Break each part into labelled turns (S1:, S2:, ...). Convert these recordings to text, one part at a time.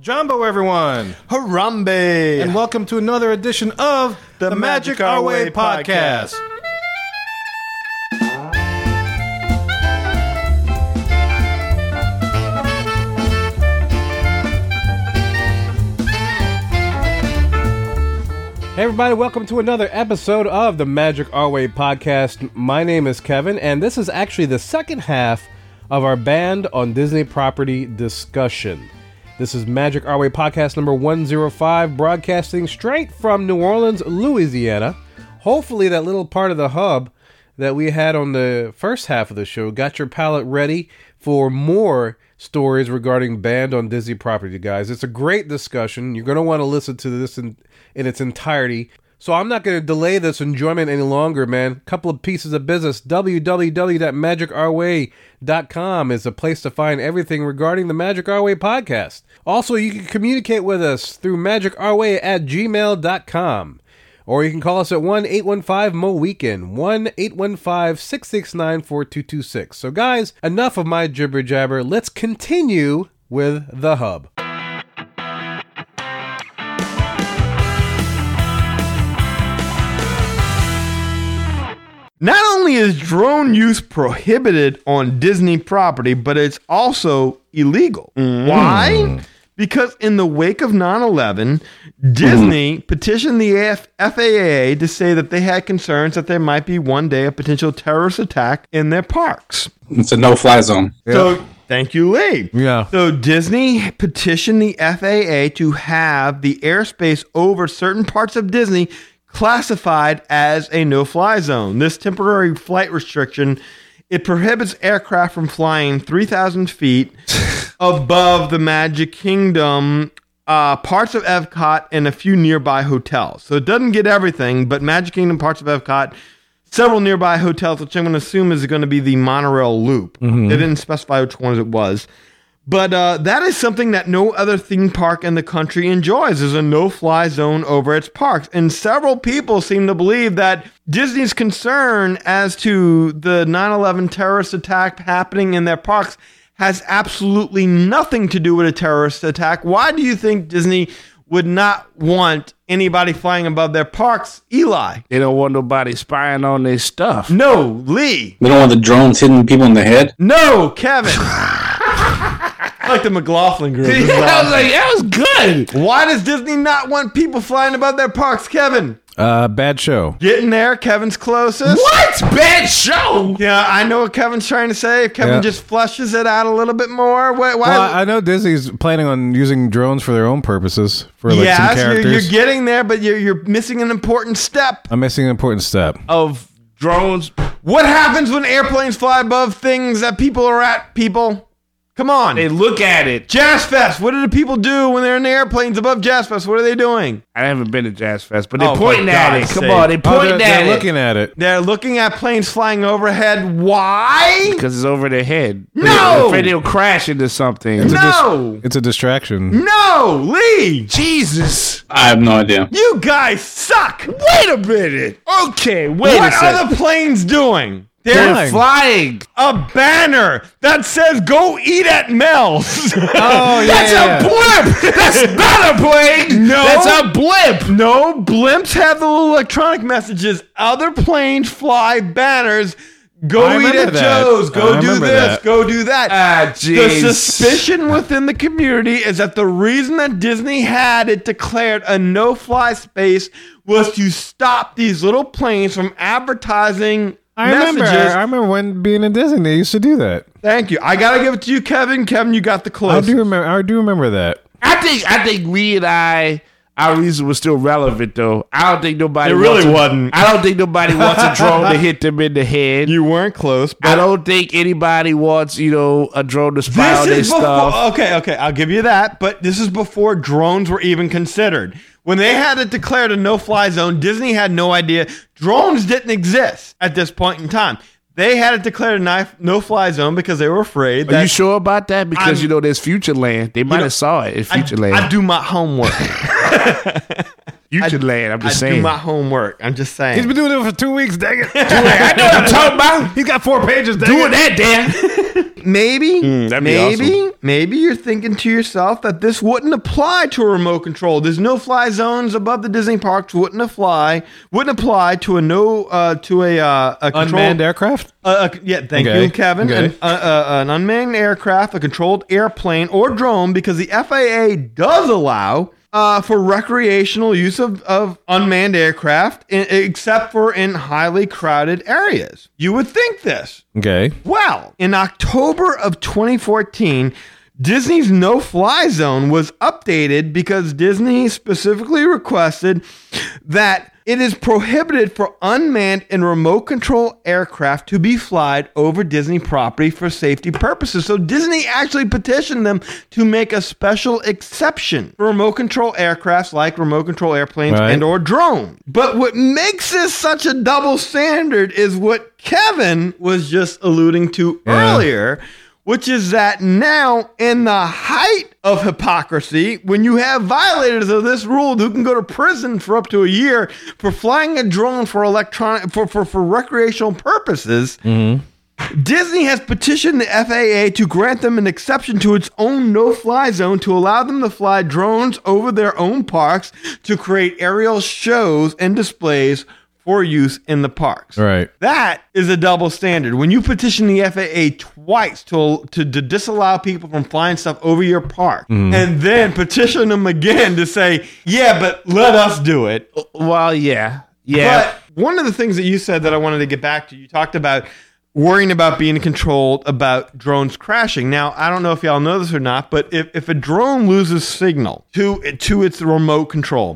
S1: Jumbo, everyone,
S2: Harambe!
S1: and welcome to another edition of the, Magic, Our Way, podcast. Hey, everybody, welcome to another episode of the Magic Our Way podcast. My name is Kevin, and this is actually the second half of our band on Disney property discussion. This is Magic Our Way podcast number 105, broadcasting straight from New Orleans, Louisiana. Hopefully, that little part of the hub that we had on the first half of the show got your palate ready for more stories regarding banned on Disney property, guys. It's a great discussion. You're going to want to listen to this in, in its entirety. So I'm not going to delay this enjoyment any longer, man. Couple of pieces of business. www.magicourway.com is the place to find everything regarding the Magic Our Way podcast. Also, you can communicate with us through magicourway at gmail.com. Or you can call us at 1 815 Mo Weekend, 1 815 669 4226. So, guys, enough of my jibber jabber. Let's continue with the hub.
S2: Not only is drone use prohibited on Disney property, but it's also illegal. Why? Because in the wake of 9 11, Disney petitioned the F- FAA to say that they had concerns that there might be one day a potential terrorist attack in their parks.
S3: It's a no-fly zone.
S2: So thank you, Lee.
S1: Yeah.
S2: So Disney petitioned the FAA to have the airspace over certain parts of Disney classified as a no-fly zone. This temporary flight restriction it prohibits aircraft from flying 3,000 feet above the Magic Kingdom, uh, parts of Epcot, and a few nearby hotels. So it doesn't get everything, but Magic Kingdom, parts of Epcot, several nearby hotels, which I'm going to assume is going to be the monorail loop. They didn't specify which ones it was. But uh, that is something that no other theme park in the country enjoys is a no-fly zone over its parks. And several people seem to believe that Disney's concern as to the 9/11 terrorist attack happening in their parks has absolutely nothing to do with a terrorist attack. Why do you think Disney would not want anybody flying above their parks, Eli?
S4: They don't want nobody spying on their stuff.
S2: No, Lee.
S3: They don't want the drones hitting people in the head.
S2: No, Kevin. I like the McLaughlin group. This is
S4: I
S2: awesome.
S4: was like, that was good.
S2: Why does Disney not want people flying above their parks, Kevin?
S1: Uh, bad show.
S2: Getting there, Kevin's closest.
S4: What? Bad show.
S2: Yeah, I know what Kevin's trying to say. If Kevin
S1: Yeah.
S2: just flushes it out a little bit more, why? why
S1: Well, I know Disney's planning on using drones for their own purposes for like some
S2: yes, you're,
S1: characters.
S2: you're getting there, but you're, you're missing an important step.
S1: I'm missing an important step.
S4: Of drones.
S2: What happens when airplanes fly above things that people are at? People, come on.
S4: They look at it.
S2: Jazz Fest. What do the people do when they're in the airplanes above Jazz Fest? What are they doing?
S4: I haven't been to Jazz Fest, but they're
S2: Oh, for
S4: pointing at it.
S2: God's
S4: Come
S2: sake.
S4: on, they're
S1: Oh,
S4: pointing
S1: they're,
S4: at
S1: they're
S4: it.
S1: looking at it.
S2: They're looking at planes flying overhead. Why?
S4: Because it's over their head.
S2: No!
S4: They're afraid they'll crash into something.
S2: No!
S1: It's a distraction.
S4: Mm,
S2: No, Lee!
S4: Jesus.
S3: I have no idea.
S2: You guys suck! Wait
S4: Wait a minute. Okay, wait
S2: what
S4: a
S2: are
S4: second.
S2: the planes doing?
S4: They're
S2: There's
S1: Flying.
S4: flying.
S2: a banner that says go eat at Mel's.
S1: Oh yeah.
S4: That's a blimp. That's not a plane.
S2: No.
S4: That's a blimp.
S2: no blimps have the little electronic messages. Other planes fly banners. Go
S1: I
S2: eat
S1: remember
S2: at
S1: that.
S2: Joe's. Go
S1: I
S2: do this.
S1: remember that. Uh,
S2: Go do that.
S4: Ah,
S2: The
S4: jeez.
S2: suspicion within the community is that the reason that Disney had it declared a no fly space was to stop these little planes from advertising
S1: I remember.
S2: messages.
S1: I remember when being in Disney, they used to do that.
S2: Thank you. I got to give it to you, Kevin. Kevin, you got the
S1: I
S2: close.
S1: do remember. I do remember that.
S4: I think I think Lee and I our reason was still relevant though. I don't think nobody
S2: It really
S4: wants a-
S2: wasn't.
S4: I don't think nobody wants a drone to hit them in the head.
S2: You weren't close, but
S4: I don't think anybody wants you know a drone to spy on their
S2: before,
S4: stuff.
S2: Okay, okay, I'll give you that. But this is before drones were even considered. When they had it declared a no-fly zone, Disney had no idea drones didn't exist at this point in time. They had it declared a ni- no-fly zone because they were afraid
S4: Are
S2: that
S4: you sure about that? Because
S2: I'm-
S4: you know there's Futureland. They might
S2: know,
S4: have saw it in
S2: I,
S4: Futureland.
S2: I do my homework.
S4: Futureland. I'm
S2: I
S4: just
S2: do
S4: saying.
S2: my homework. I'm just saying.
S1: He's been doing it for two weeks. Dang it!
S4: I know what I'm talking about.
S1: He's got four pages. Dang
S4: Doing
S1: it.
S4: that, Dan.
S2: Maybe,
S4: Mm, that'd be
S2: maybe,
S4: awesome.
S2: maybe you're thinking to yourself that this wouldn't apply to a remote control. There's no fly zones above the Disney parks. Wouldn't apply. Wouldn't apply to a no uh, to a uh, a control-
S1: Unmanned aircraft?
S2: Uh, uh, yeah, thank
S1: Okay.
S2: you, Kevin.
S1: Okay.
S2: An, uh, uh, an unmanned aircraft, a controlled airplane or drone, because the FAA does allow uh, for recreational use of, of unmanned aircraft, in, except for in highly crowded areas. You would think this.
S1: Okay.
S2: Well, in October of 2014, Disney's no fly zone was updated because Disney specifically requested that it is prohibited for unmanned and remote control aircraft to be flied over Disney property for safety purposes. So Disney actually petitioned them to make a special exception for remote control aircrafts like remote control airplanes
S1: Right.
S2: and or drone. But what makes this such a double standard is what Kevin was just alluding to
S1: Yeah.
S2: earlier, which is that now in the height of hypocrisy, when you have violators of this rule who can go to prison for up to a year for flying a drone for electronic for, for, for recreational purposes, Disney has petitioned the FAA to grant them an exception to its own no fly zone to allow them to fly drones over their own parks to create aerial shows and displays for use in the parks.
S1: All right.
S2: That is a double standard. When you petition the FAA twice to, to, to disallow people from flying stuff over your park and then petition them again to say, yeah, but let us do it.
S4: Well, yeah, yeah.
S2: But one of the things that you said that I wanted to get back to, you talked about worrying about being controlled about drones crashing. Now, I don't know if y'all know this or not, but if, if a drone loses signal to to its remote control,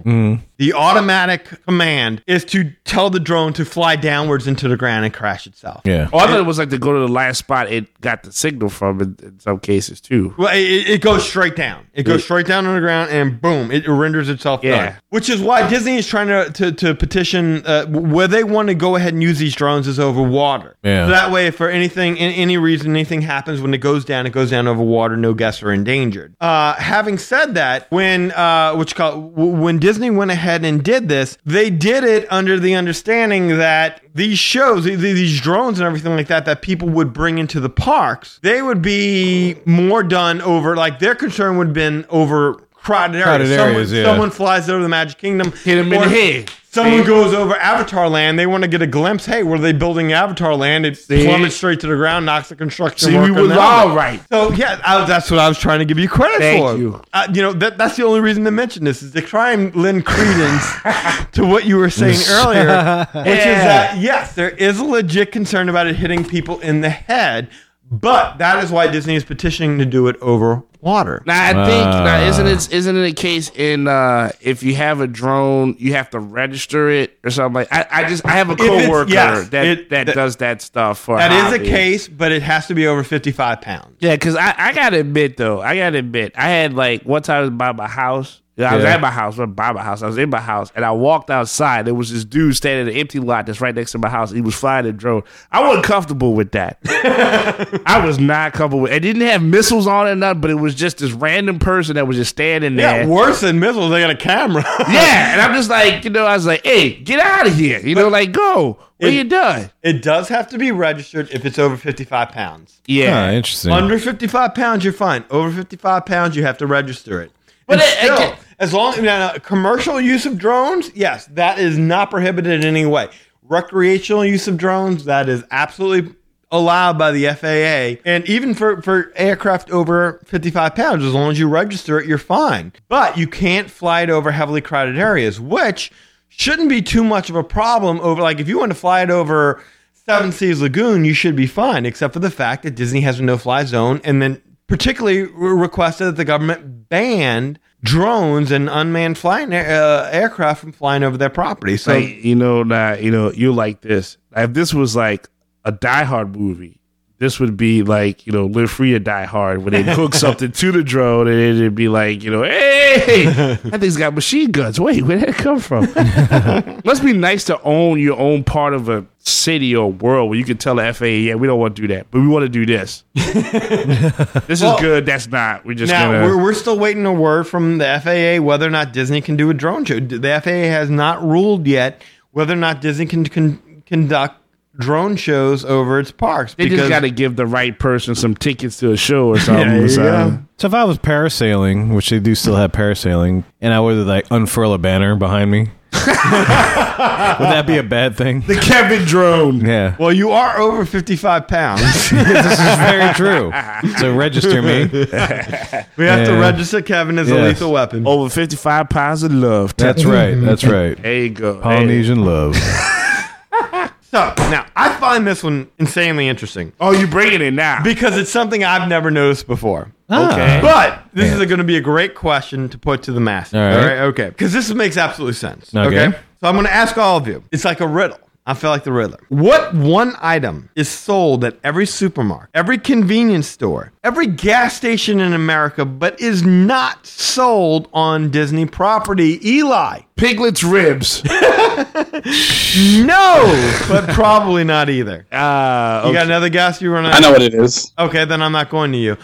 S2: the automatic command is to tell the drone to fly downwards into the ground and crash itself.
S1: Yeah.
S4: oh, I thought it was like to go to the last spot it got the signal from in, in some cases too.
S2: Well, it- it, it goes straight down. It goes straight down on the ground, and boom, it renders itself
S4: Yeah.
S2: done. Which is why Disney is trying to to, to petition uh, where they want to go ahead and use these drones is over water.
S1: Yeah.
S2: So that way, if for anything, in, any reason, anything happens when it goes down, it goes down over water. No guests are endangered. Uh, having said that, when uh, which call w- when Disney went ahead and did this, they did it under the understanding that these shows, th- th- these drones and everything like that, that people would bring into the parks, they would be more done over. Like their concern would have been over. Crowded,
S1: Crowded
S2: areas. Someone,
S1: areas, yeah.
S2: someone flies over the Magic Kingdom.
S4: Hit him in
S2: or
S4: the head.
S2: Someone goes over Avatar Land. They want to get a glimpse. Hey, were they building Avatar Land? It
S4: See?
S2: plummets straight to the ground, knocks the construction.
S4: See, we
S2: worker
S4: was
S2: down.
S4: all right.
S2: So yeah, I, that's what I was trying to give you credit
S4: Thank
S2: for.
S4: you.
S2: Uh, you know that that's the only reason to mention this is to try and lend credence to what you were saying earlier, which is
S4: Yeah.
S2: that yes, there is a legit concern about it hitting people in the head, but that is why Disney is petitioning to do it over water.
S4: Now I think
S1: Ah.
S4: now isn't it isn't it a case in uh if you have a drone you have to register it or something like I, I just I have a
S2: it's-
S4: coworker
S2: yes,
S4: that,
S2: it-
S4: that
S2: that-
S4: does that stuff for
S2: That is a
S4: hobby.
S2: case, but it has to be over fifty-five pounds.
S4: Yeah, cause I, I gotta admit though, I gotta admit, I had like one time I was by my house. I was
S1: Yeah.
S4: at my house, not by my house. I was in my house, and I walked outside. There was this dude standing in an empty lot that's right next to my house. He was flying a drone. I wasn't comfortable with that. I was not comfortable. with It didn't have missiles on it, or nothing, but it was just this random person that was just standing there.
S2: Yeah, worse than missiles. They got a camera.
S4: Yeah, and I'm just like, you know, I was like, hey, get out of here. You know, like, go. What
S2: It-
S4: you done?
S2: It does have to be registered if it's over 55 pounds.
S1: Ah,
S4: Yeah.
S1: interesting.
S2: Under 55 pounds, you're fine. Over 55 pounds, you have to register it.
S4: But
S2: But
S4: it-
S2: still,
S4: it-
S2: as long as commercial use of drones, yes, that is not prohibited in any way. Recreational use of drones, that is absolutely allowed by the FAA. And even for, for aircraft over 55 pounds, as long as you register it, you're fine. But you can't fly it over heavily crowded areas, which shouldn't be too much of a problem over, like, if you want to fly it over. Seven Seas Lagoon, you should be fine, except for the fact that Disney has a no fly zone and then particularly re- requested that the government ban drones and unmanned flying air, uh, aircraft from flying over their property. So,
S4: Like, you know, nah, you know, you like this. If this was like a Die Hard movie, this would be like, you know, live free or die hard when they hook something to the drone and it'd be like, you know, hey, that thing's got machine guns. Wait, where did that come from? Must be nice to own your own part of a city or world where you can tell the FAA, yeah, we don't want to do that, but we want to do this. this
S2: Well,
S4: is good. That's not. We're just
S2: now
S4: gonna.
S2: we're, we're still waiting a word from the FAA whether or not Disney can do a drone show. The FAA has not ruled yet whether or not Disney can, can conduct drone shows over its parks
S4: They just got to give the right person some tickets to a show or something.
S2: there you
S4: so-
S2: go.
S1: So if I was parasailing, which they do still have parasailing, and I were to like unfurl a banner behind me, would that be a bad thing?
S4: The Kevin drone.
S1: Yeah,
S2: well, you are over 55 pounds.
S1: this is very true. So register me.
S2: we have to
S1: Yeah.
S2: register Kevin as a
S1: Yes.
S2: lethal weapon.
S4: Over 55 pounds of love.
S1: That's right. That's right.
S4: There you go. Hey.
S1: Polynesian love.
S2: So now I find this one insanely interesting
S4: Oh, you bringing it now.
S2: because it's something I've never noticed before.
S1: Okay.
S2: But this is going to be a great question to put to the master.
S1: All right.
S2: All right, okay. Because this makes absolutely sense.
S1: Okay.
S2: Okay. So I'm going to ask all of you. It's like a riddle. I feel like the Riddler. What one item is sold at every supermarket, every convenience store, every gas station in America, but is not sold on Disney property? Eli.
S4: Piglet's ribs.
S2: No, but probably not either.
S4: Uh,
S2: You
S4: okay.
S2: got another guess you run out?
S3: I know what it is.
S2: Okay, then I'm not going to you.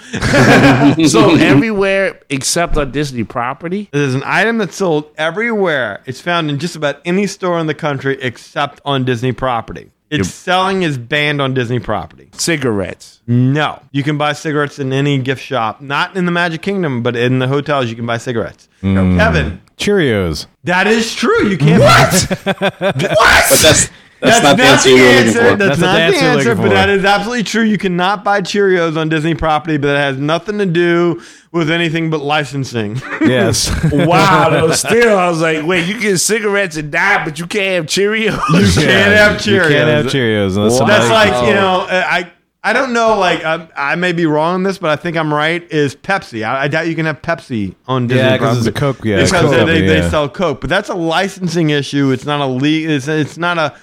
S4: so Oh, everywhere except on Disney property.
S2: It is an item that's sold everywhere. It's found in just about any store in the country except on Disney property. Its selling is banned on Disney property.
S4: Cigarettes.
S2: No. You can buy cigarettes in any gift shop, not in the Magic Kingdom, but in the hotels, you can buy cigarettes. Kevin,
S1: Cheerios.
S2: that is true. You can't. What?
S3: But that's that's, not the answer
S2: the
S3: you were
S2: answer.
S3: looking for.
S2: That's,
S1: That's
S2: not
S1: you're
S2: the answer,
S1: looking
S2: but
S1: for.
S2: that is absolutely true. You cannot buy Cheerios on Disney property, but that has nothing to do with anything but licensing.
S1: Yes.
S4: Wow, though, still, I was like, wait, you get cigarettes and die, but you can't have Cheerios.
S2: You can't have Cheerios.
S1: You can't have Cheerios. Unless
S2: That's
S1: somebody-
S2: like you know, uh, I I don't know. Like I, I may be wrong on this, but I think I'm right. Is Pepsi? I, I doubt you can have Pepsi on Disney.
S1: Yeah, 'cause it's a
S2: property.
S1: Coke- yeah,
S2: because
S1: Coke
S2: they,
S1: company,
S2: they
S1: yeah.
S2: sell Coke, but that's a licensing issue. It's not a le- It's it's not a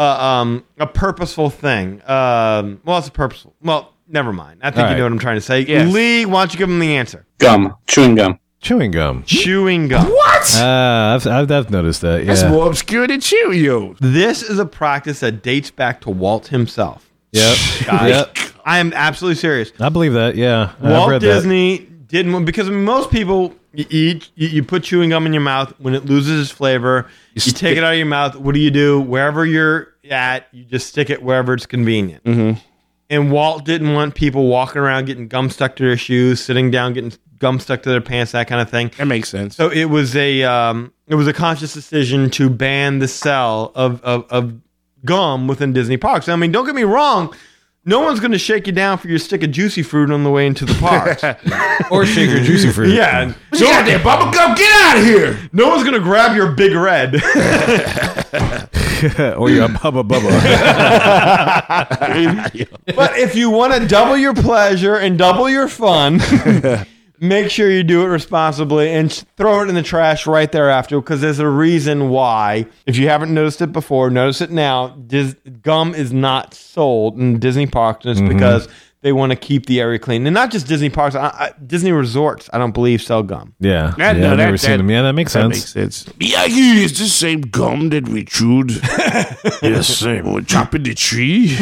S2: uh, um a purposeful thing. Um, well, it's a purposeful. Well, never mind. I think
S1: All
S2: you know
S1: right.
S2: what I'm trying to say.
S4: Yes.
S2: Lee, why don't you give him the answer?
S3: Gum, chewing gum.
S1: chewing gum.
S2: Chewing gum.
S4: What?
S1: Ah, I've, I've, I've noticed that. Yeah.
S4: That's more obscure than Cheerios.
S2: This is a practice that dates back to Walt himself.
S1: Yep. yep.
S2: I am absolutely serious.
S1: I believe that. Yeah. I've
S2: Walt
S1: read that.
S2: Disney didn't want- because most people you eat you, you put chewing gum in your mouth when it loses its flavor you, take it out of your mouth what do you do wherever you're at you just stick it wherever it's convenient
S1: Mm-hmm.
S2: and Walt didn't want people walking around getting gum stuck to their shoes sitting down getting gum stuck to their pants that kind of thing
S4: That makes sense.
S2: so it was a um, it was a conscious decision to ban the sale of, of of gum within Disney parks. I mean, don't get me wrong. No one's going to shake you down for your stick of juicy fruit on the way into the parks.
S1: Or shaker juicy fruit.
S2: yeah,
S4: What you got there, Bubba Gum? Get out of here.
S2: no one's going to grab your big red.
S1: or your Bubba Bubba.
S2: but if you want to double your pleasure and double your fun, make sure you do it responsibly and sh- throw it in the trash right thereafter because there's a reason why. If you haven't noticed it before, notice it now. Dis- gum is not sold in Disney parks, and it's
S4: Mm-hmm.
S2: because they want to keep the area clean. And not just Disney parks, I, I, Disney resorts, I don't believe sell gum.
S1: yeah.
S4: That-
S1: yeah
S4: no,
S1: I've
S4: that-
S1: never seen
S4: that-
S1: them. Yeah, that makes
S4: That
S1: sense.
S4: makes sense. Miyagi is the same gum that we chewed. the same. we chopping the tree.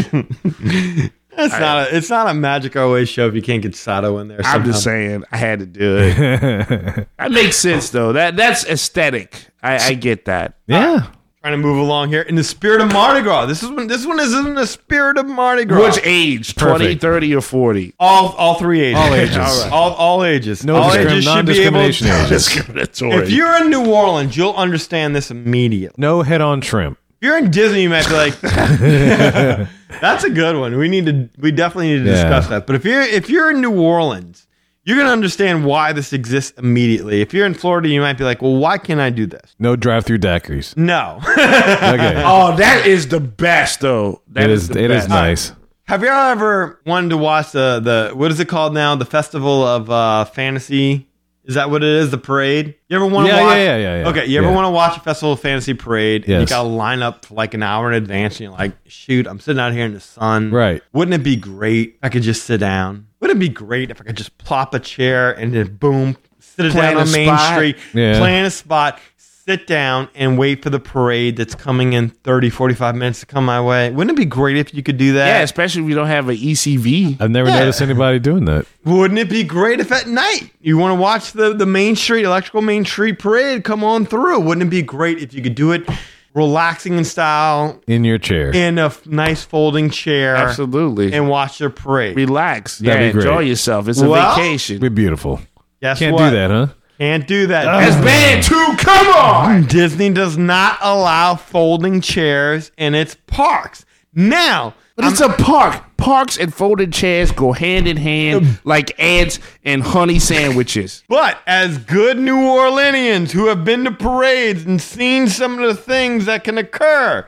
S2: It's, not, a, it's not a Magic OA show if you can't get Sato in there.
S4: I'm
S2: somehow.
S4: just saying, I had to do it. that makes sense, though. That that's aesthetic. I, I get that.
S1: yeah.
S2: trying to move along here in the spirit of Mardi Gras. This is when this one is in the spirit of Mardi Gras.
S4: Which age? 20,
S1: Perfect.
S4: 30, or 40?
S2: all all three ages.
S1: All ages.
S2: all, right. all, all ages.
S1: No
S2: all
S1: discrim- non-discrimination
S2: able-
S1: ages.
S4: Discriminatory.
S2: If you're in New Orleans, you'll understand this immediately.
S1: No head on shrimp.
S2: If you're in Disney, you might be like, "That's a good one. We need to. We definitely need to
S1: Yeah.
S2: discuss that." But if you're if you're in New Orleans, you're gonna understand why this exists immediately. If you're in Florida, you might be like, "Well, why can't I do this?"
S1: No drive through daiquiris.
S2: No.
S1: Okay.
S4: oh, that is the best, though. That
S1: it is,
S4: the
S1: it
S4: best.
S1: is nice.
S2: Have y'all ever wanted to watch the the what is it called now? The Festival of uh, Fantasy. Is that what it is? The parade. You ever want to
S1: Yeah, yeah,
S2: watch?
S1: yeah, yeah, yeah.
S2: Okay, you ever
S1: Yeah.
S2: want to watch a Festival of Fantasy parade? And you
S1: Yes.
S2: got to line up for like an hour in advance, and you're like, shoot, I'm sitting out here in the sun.
S1: Right.
S2: Wouldn't it be great if I could just sit down? Wouldn't it be great if I could just plop a chair and then boom, sit it
S4: Plan
S2: down
S4: a
S2: on Main
S4: spot.
S2: Street,
S1: Yeah.
S2: plan a spot, sit down and wait for the parade that's coming in 30, 45 minutes to come my way? Wouldn't it be great if you could do that?
S4: Yeah, especially if you don't have E an ECV.
S1: I've never
S2: Yeah.
S1: noticed anybody doing that.
S2: Wouldn't it be great if at night you want to watch the, the Main Street, Electrical Main Street Parade come on through? Wouldn't it be great if you could do it relaxing in style
S1: in your chair.
S2: in a f- nice folding chair
S4: Absolutely.
S2: and watch their parade.
S4: Relax.
S1: That'd
S4: yeah,
S1: be great.
S4: enjoy yourself. It's a
S2: Well-
S4: vacation.
S1: Be beautiful.
S2: Guess
S1: Can't
S2: what?
S1: do that, huh?
S2: Can't do that.
S4: That's bad too. Come on.
S2: Disney does not allow folding chairs in its parks. Now,
S4: But it's a park. Parks and folded chairs go hand in hand like ants and honey sandwiches.
S2: But as good New Orleanians who have been to parades and seen some of the things that can occur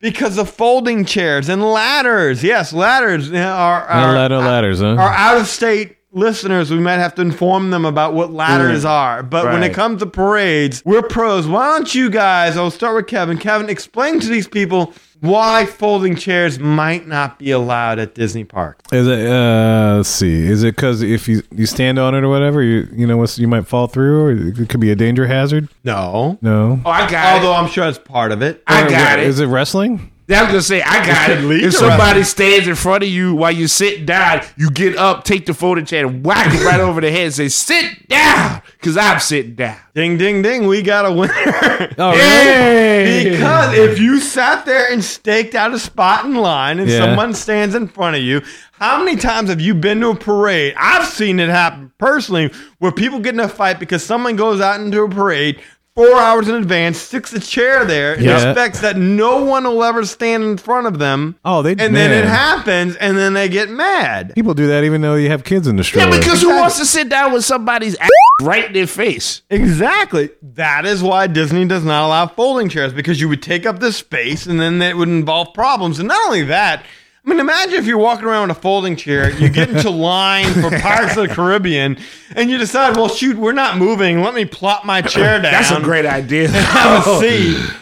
S2: because of folding chairs and ladders, yes, ladders uh, are
S1: Not
S2: are,
S1: a lot
S4: Uh,
S1: of ladders, huh?
S2: our out of state listeners, we might have to inform them about what ladders are. But when it
S4: Right.
S2: comes to parades, we're pros. Why don't you guys? I'll start with Kevin. Kevin, explain to these people why folding chairs might not be allowed at Disney parks.
S1: Is it? Uh, let's see. Is it because if you you stand on it or whatever, you you know what's you might fall through, or it could be a danger hazard.
S2: No.
S1: No.
S4: Oh, I got
S2: Although
S4: it.
S2: I'm sure it's part of it.
S4: I got it.
S1: Is it wrestling?
S4: I was gonna say I got
S2: It could
S4: it.
S2: lead
S4: If
S2: to
S4: somebody stands in front of you while you sit down, you get up, take the folding chair, and whack it right over the head, and say "Sit down," because I'm sitting down.
S2: Ding, ding, ding. We got a winner.
S1: Oh,
S2: Because if you sat there and staked out a spot in line and
S1: Yeah.
S2: someone stands in front of you, how many times have you been to a parade? I've seen it happen personally where people get in a fight because someone goes out into a parade four hours in advance, sticks a chair there, and
S1: Yeah.
S2: expects that no one will ever stand in front of them.
S1: Oh, they-
S2: And then
S1: man.
S2: it happens, and then they get mad.
S1: People do that even though you have kids in the stroller.
S4: Yeah, because who wants to sit down with somebody's ass right in their face?
S2: Exactly. That is why Disney does not allow folding chairs because you would take up the space and then that would involve problems. And not only that, I mean, imagine if you're walking around with a folding chair, you get into line for Pirates of the Caribbean, and you decide, well, shoot, we're not moving. Let me plop my chair down.
S4: That's a great idea.
S2: have a seat. Oh.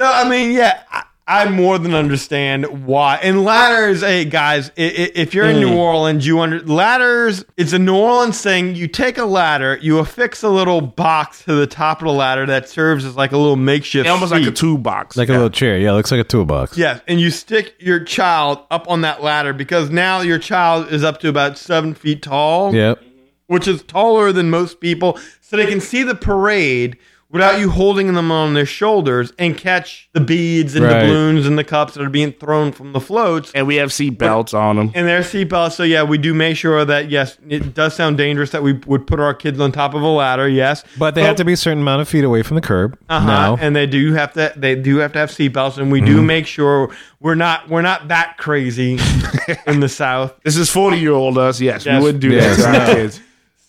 S2: So, I mean, yeah, I, I more than understand why. And ladders, hey, guys, i- i- if you're in New Orleans, you under ladders, it's a New Orleans thing. You take a ladder, you affix a little box to the top of the ladder that serves as like a little makeshift.
S4: Almost like a
S2: seat.
S4: toolbox.
S1: like a little chair. Yeah, looks like a toolbox.
S2: Yes, and you stick your child up on that ladder because now your child is up to about seven feet tall
S1: Yep.
S2: which is taller than most people, so they can see the parade without you holding them on their shoulders and catch the beads and
S1: Right.
S2: the balloons and the cups that are being thrown from the floats
S4: and we have seat belts on them.
S2: and their seatbelts. So yeah, we do make sure that yes, it does sound dangerous that we would put our kids on top of a ladder. Yes,
S1: But they have to be a certain amount of feet away from the curb.
S2: uh-huh.
S1: Now,
S2: and they do have to they do have to have seatbelts, and we
S1: Mm-hmm.
S2: do make sure we're not we're not that crazy in the South.
S4: This is forty year old us. Yes,
S2: Yes.
S4: we wouldn't do
S1: Yes.
S4: that to our kids.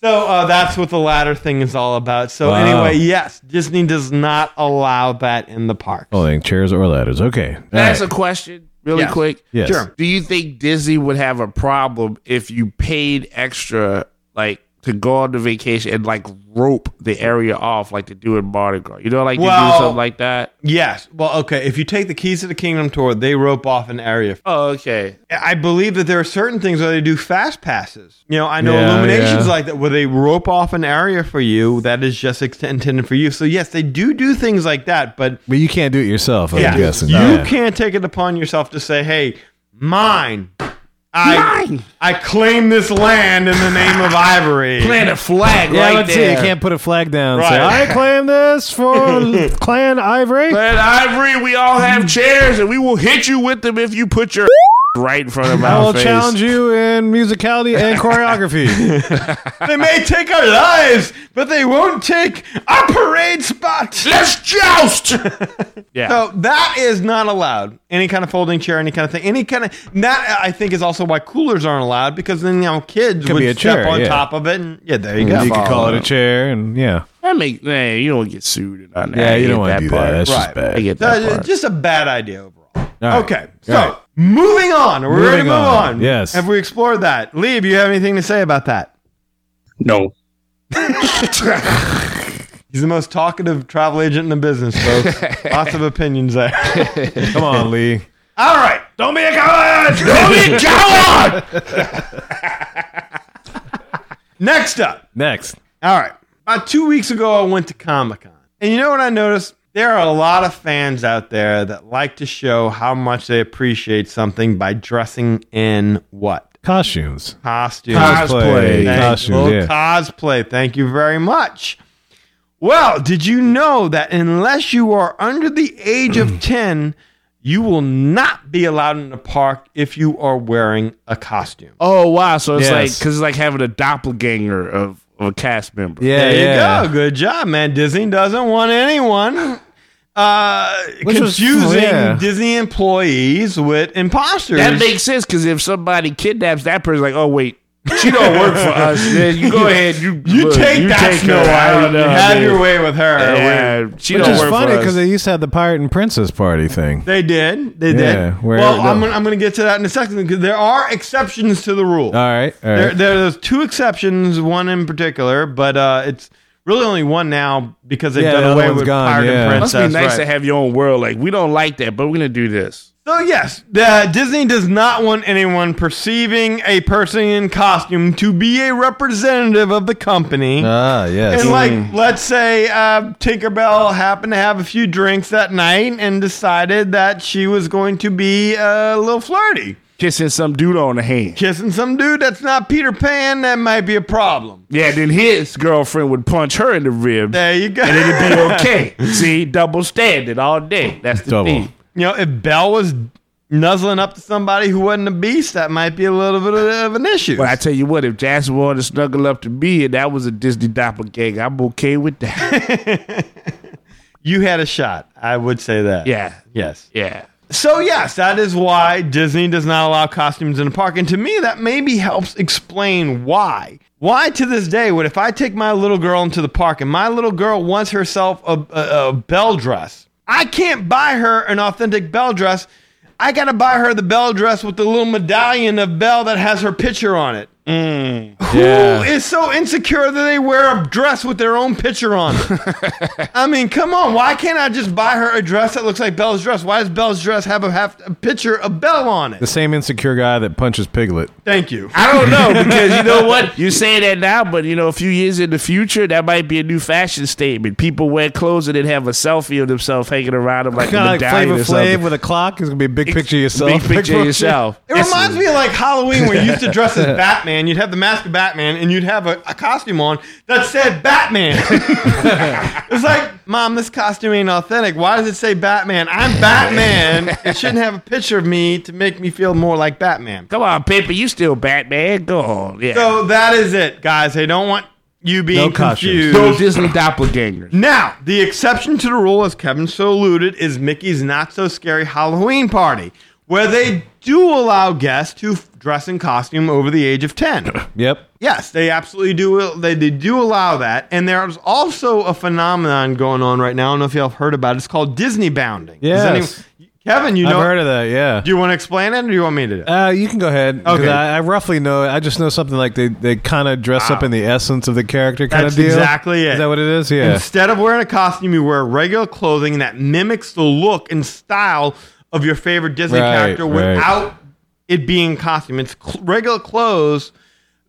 S2: So uh, that's what the ladder thing is all about. So
S1: Wow.
S2: anyway, yes, Disney does not allow that in the park.
S1: folding chairs or ladders. Okay. All
S4: That's a
S1: right.
S4: question, really
S2: Yes.
S4: quick.
S1: Yes.
S2: Sure.
S4: Do you think Disney would have a problem if you paid extra, like to go on the vacation and like rope the area off, like to do in Mardi Gras? You know, like to do
S2: Well-
S4: something like that.
S2: Yes. Well, okay. If you take the Keys to the Kingdom tour, they rope off an area.
S4: Oh, okay.
S2: I believe that there are certain things where they do fast passes. You know, I know
S1: Yeah,
S2: illuminations
S1: yeah.
S2: like that where they rope off an area for you that is just ex- intended for you. So yes, they do do things like that. But
S1: But you can't do it yourself. I'm
S2: yeah,
S1: guessing.
S2: you
S1: Yeah.
S2: can't take it upon yourself to say, "Hey, mine." I,
S4: Mine!
S2: I claim this land in the name of ivory.
S4: Plant a flag
S1: Yeah,
S4: right
S1: let's see. You
S4: there.
S1: can't put a flag down. and Say,
S2: Right.
S1: I claim this for Clan Ivory.
S4: Plant ivory. We all have chairs, and we will hit you with them if you put your right in front of
S1: I
S4: our
S1: will
S4: face.
S1: challenge you in musicality and choreography.
S2: They may take our lives, but they won't take our parade spot.
S4: Let's joust. yeah.
S2: So that is not allowed. Any kind of folding chair, any kind of thing, any kind of that I think is also why coolers aren't allowed because then you know kids
S1: Could
S2: would
S1: be a
S2: step
S1: chair,
S2: on
S1: yeah.
S2: top of it and yeah, there you
S1: you
S2: go.
S1: could call it a chair, and yeah,
S4: that make man, you don't get sued. and all that.
S1: yeah,
S4: I
S1: you
S4: get
S1: don't want to do
S4: part.
S1: that. That's
S2: Right.
S1: just bad.
S4: I get
S2: So,
S4: that part.
S2: just a bad idea overall.
S1: All right.
S2: Okay, so
S1: All right.
S2: moving on. We're ready to
S1: Moving
S2: move on.
S1: on. Yes.
S2: Have we explored that? Lee, do you have anything to say about that?
S3: No.
S2: He's the most talkative travel agent in the business, folks. Lots of opinions there.
S1: come on, Lee.
S2: All right.
S4: Don't be a coward! Don't be a coward!
S2: Next up.
S1: Next,
S2: All right. About two weeks ago, I went to Comic Con. And you know what I noticed? There are a lot of fans out there that like to show how much they appreciate something by dressing in what?
S1: costumes,
S2: Costume.
S4: Cosplay.
S2: Thank-
S1: costumes.
S2: little
S1: Yeah.
S2: Cosplay. Thank you very much. Well, did you know that unless you are under the age of 10, you will not be allowed in the park if you are wearing a costume?
S4: Oh wow! So it's like
S1: Yes.
S4: because it's like having a doppelganger of, of a cast member.
S1: Yeah,
S2: There
S1: yeah.
S2: you go. Good job, man. Disney doesn't want anyone uh,
S1: Which was-
S2: confusing
S1: yeah.
S2: Disney employees with imposters.
S4: that makes sense because if somebody kidnaps that person, like, oh wait, she don't work for us. Then you go ahead, you
S2: you
S4: look,
S2: take that
S4: her
S2: snow
S4: out,
S2: out.
S4: you know,
S2: have
S4: man.
S2: your way with her.
S4: Yeah, she
S1: Which
S4: don't
S1: is
S4: work
S1: funny
S4: for us.
S1: because they used to have the pirate and princess party thing.
S2: They did. They
S1: Yeah,
S2: did.
S1: where-
S2: Well, I'm gonna, I'm going to get to that in a second because there are exceptions to the rule.
S1: All right, all
S2: There,
S1: right.
S2: there are those two exceptions, one in particular, but uh, it's really only one now because they've
S1: Yeah, the
S2: done
S1: other
S2: away
S1: one's
S2: with
S1: gone,
S2: Pirate
S1: yeah.
S2: and
S4: must
S2: Princess.
S4: be nice
S2: right.
S4: to have your own world. Like we don't like that, but we're gonna do this.
S2: So yes, the, Disney does not want anyone perceiving a person in costume to be a representative of the company.
S1: Ah, yes.
S2: and like, let's say uh, Tinkerbell happened to have a few drinks that night and decided that she was going to be uh, a little flirty,
S4: Kissing some dude on the hand.
S2: kissing some dude that's not Peter Pan. That might be a problem.
S4: Yeah, then his girlfriend would punch her in the rib.
S2: There you go.
S4: It'd be okay. See, double standard all day. That's the
S1: Double.
S4: thing.
S2: you know, if Belle was nuzzling up to somebody who wasn't a beast, that might be a little bit of an issue.
S4: But I tell you what, if Jasmine wanted to snuggle up to me and that was a Disney doppelganger, I'm okay with that.
S2: you had a shot. I would say that.
S4: Yeah.
S2: Yes.
S4: Yeah.
S2: So yes, that is why Disney does not allow costumes in the park, and to me, that maybe helps explain why. Why to this day would if I take my little girl into the park and my little girl wants herself a, a, a bell dress, I can't buy her an authentic bell dress. I gotta buy her the bell dress with the little medallion of bell that has her picture on it. Who
S1: Yeah.
S2: is so insecure that they wear a dress with their own picture on it? I mean, come on. Why can't I just buy her a dress that looks like Belle's dress? Why does Belle's dress have a, half, a picture of Belle on
S1: the
S2: it?
S1: same insecure guy that punches Piglet.
S2: Thank you.
S4: I don't know because you know what? You say that now, but you know, a few years in the future, that might be a new fashion statement. People wear clothes and then have a selfie of themselves hanging around them like a
S1: Kind of like
S4: medallion
S1: Flavor
S4: or
S1: Flav
S4: something.
S1: with a clock. It's gonna be a big picture of yourself.
S4: Big picture of yourself.
S2: It reminds me of like Halloween when you used to dress as Batman. You'd have the mask of Batman and you'd have a, a costume on that said Batman. it's like, Mom, this costume ain't authentic. Why does it say Batman? I'm Batman. It shouldn't have a picture of me to make me feel more like Batman.
S4: Come on, Pippa, you still Batman? Go on, yeah.
S2: So that is it, guys. They don't want you being
S1: No costumes.
S2: confused.
S4: no Disney doppelgangers.
S2: Now, the exception to the rule, as Kevin so alluded, is Mickey's Not So Scary Halloween Party, where they do allow guests to f- dress in costume over the age of 10.
S1: Yep.
S2: yes, they absolutely do. They, they do allow that. And there's also a phenomenon going on right now. I don't know if y'all have heard about it. It's called Disney bounding. Does
S1: Yes.
S2: anyone- Kevin, you
S1: I've
S2: know.
S1: heard of that. Yeah.
S2: do you want to explain it or do you want me to do it?
S1: Uh, you can go ahead. 'cause
S2: Okay.
S1: I, I roughly know. I just know something like they, they kind of dress up in the essence of the character kind
S2: That's
S1: of deal.
S2: exactly it.
S1: Is that what it is? Yeah.
S2: Instead of wearing a costume, you wear regular clothing that mimics the look and style of your favorite Disney
S1: Right,
S2: character
S1: right.
S2: without it being costume. It's cl- regular clothes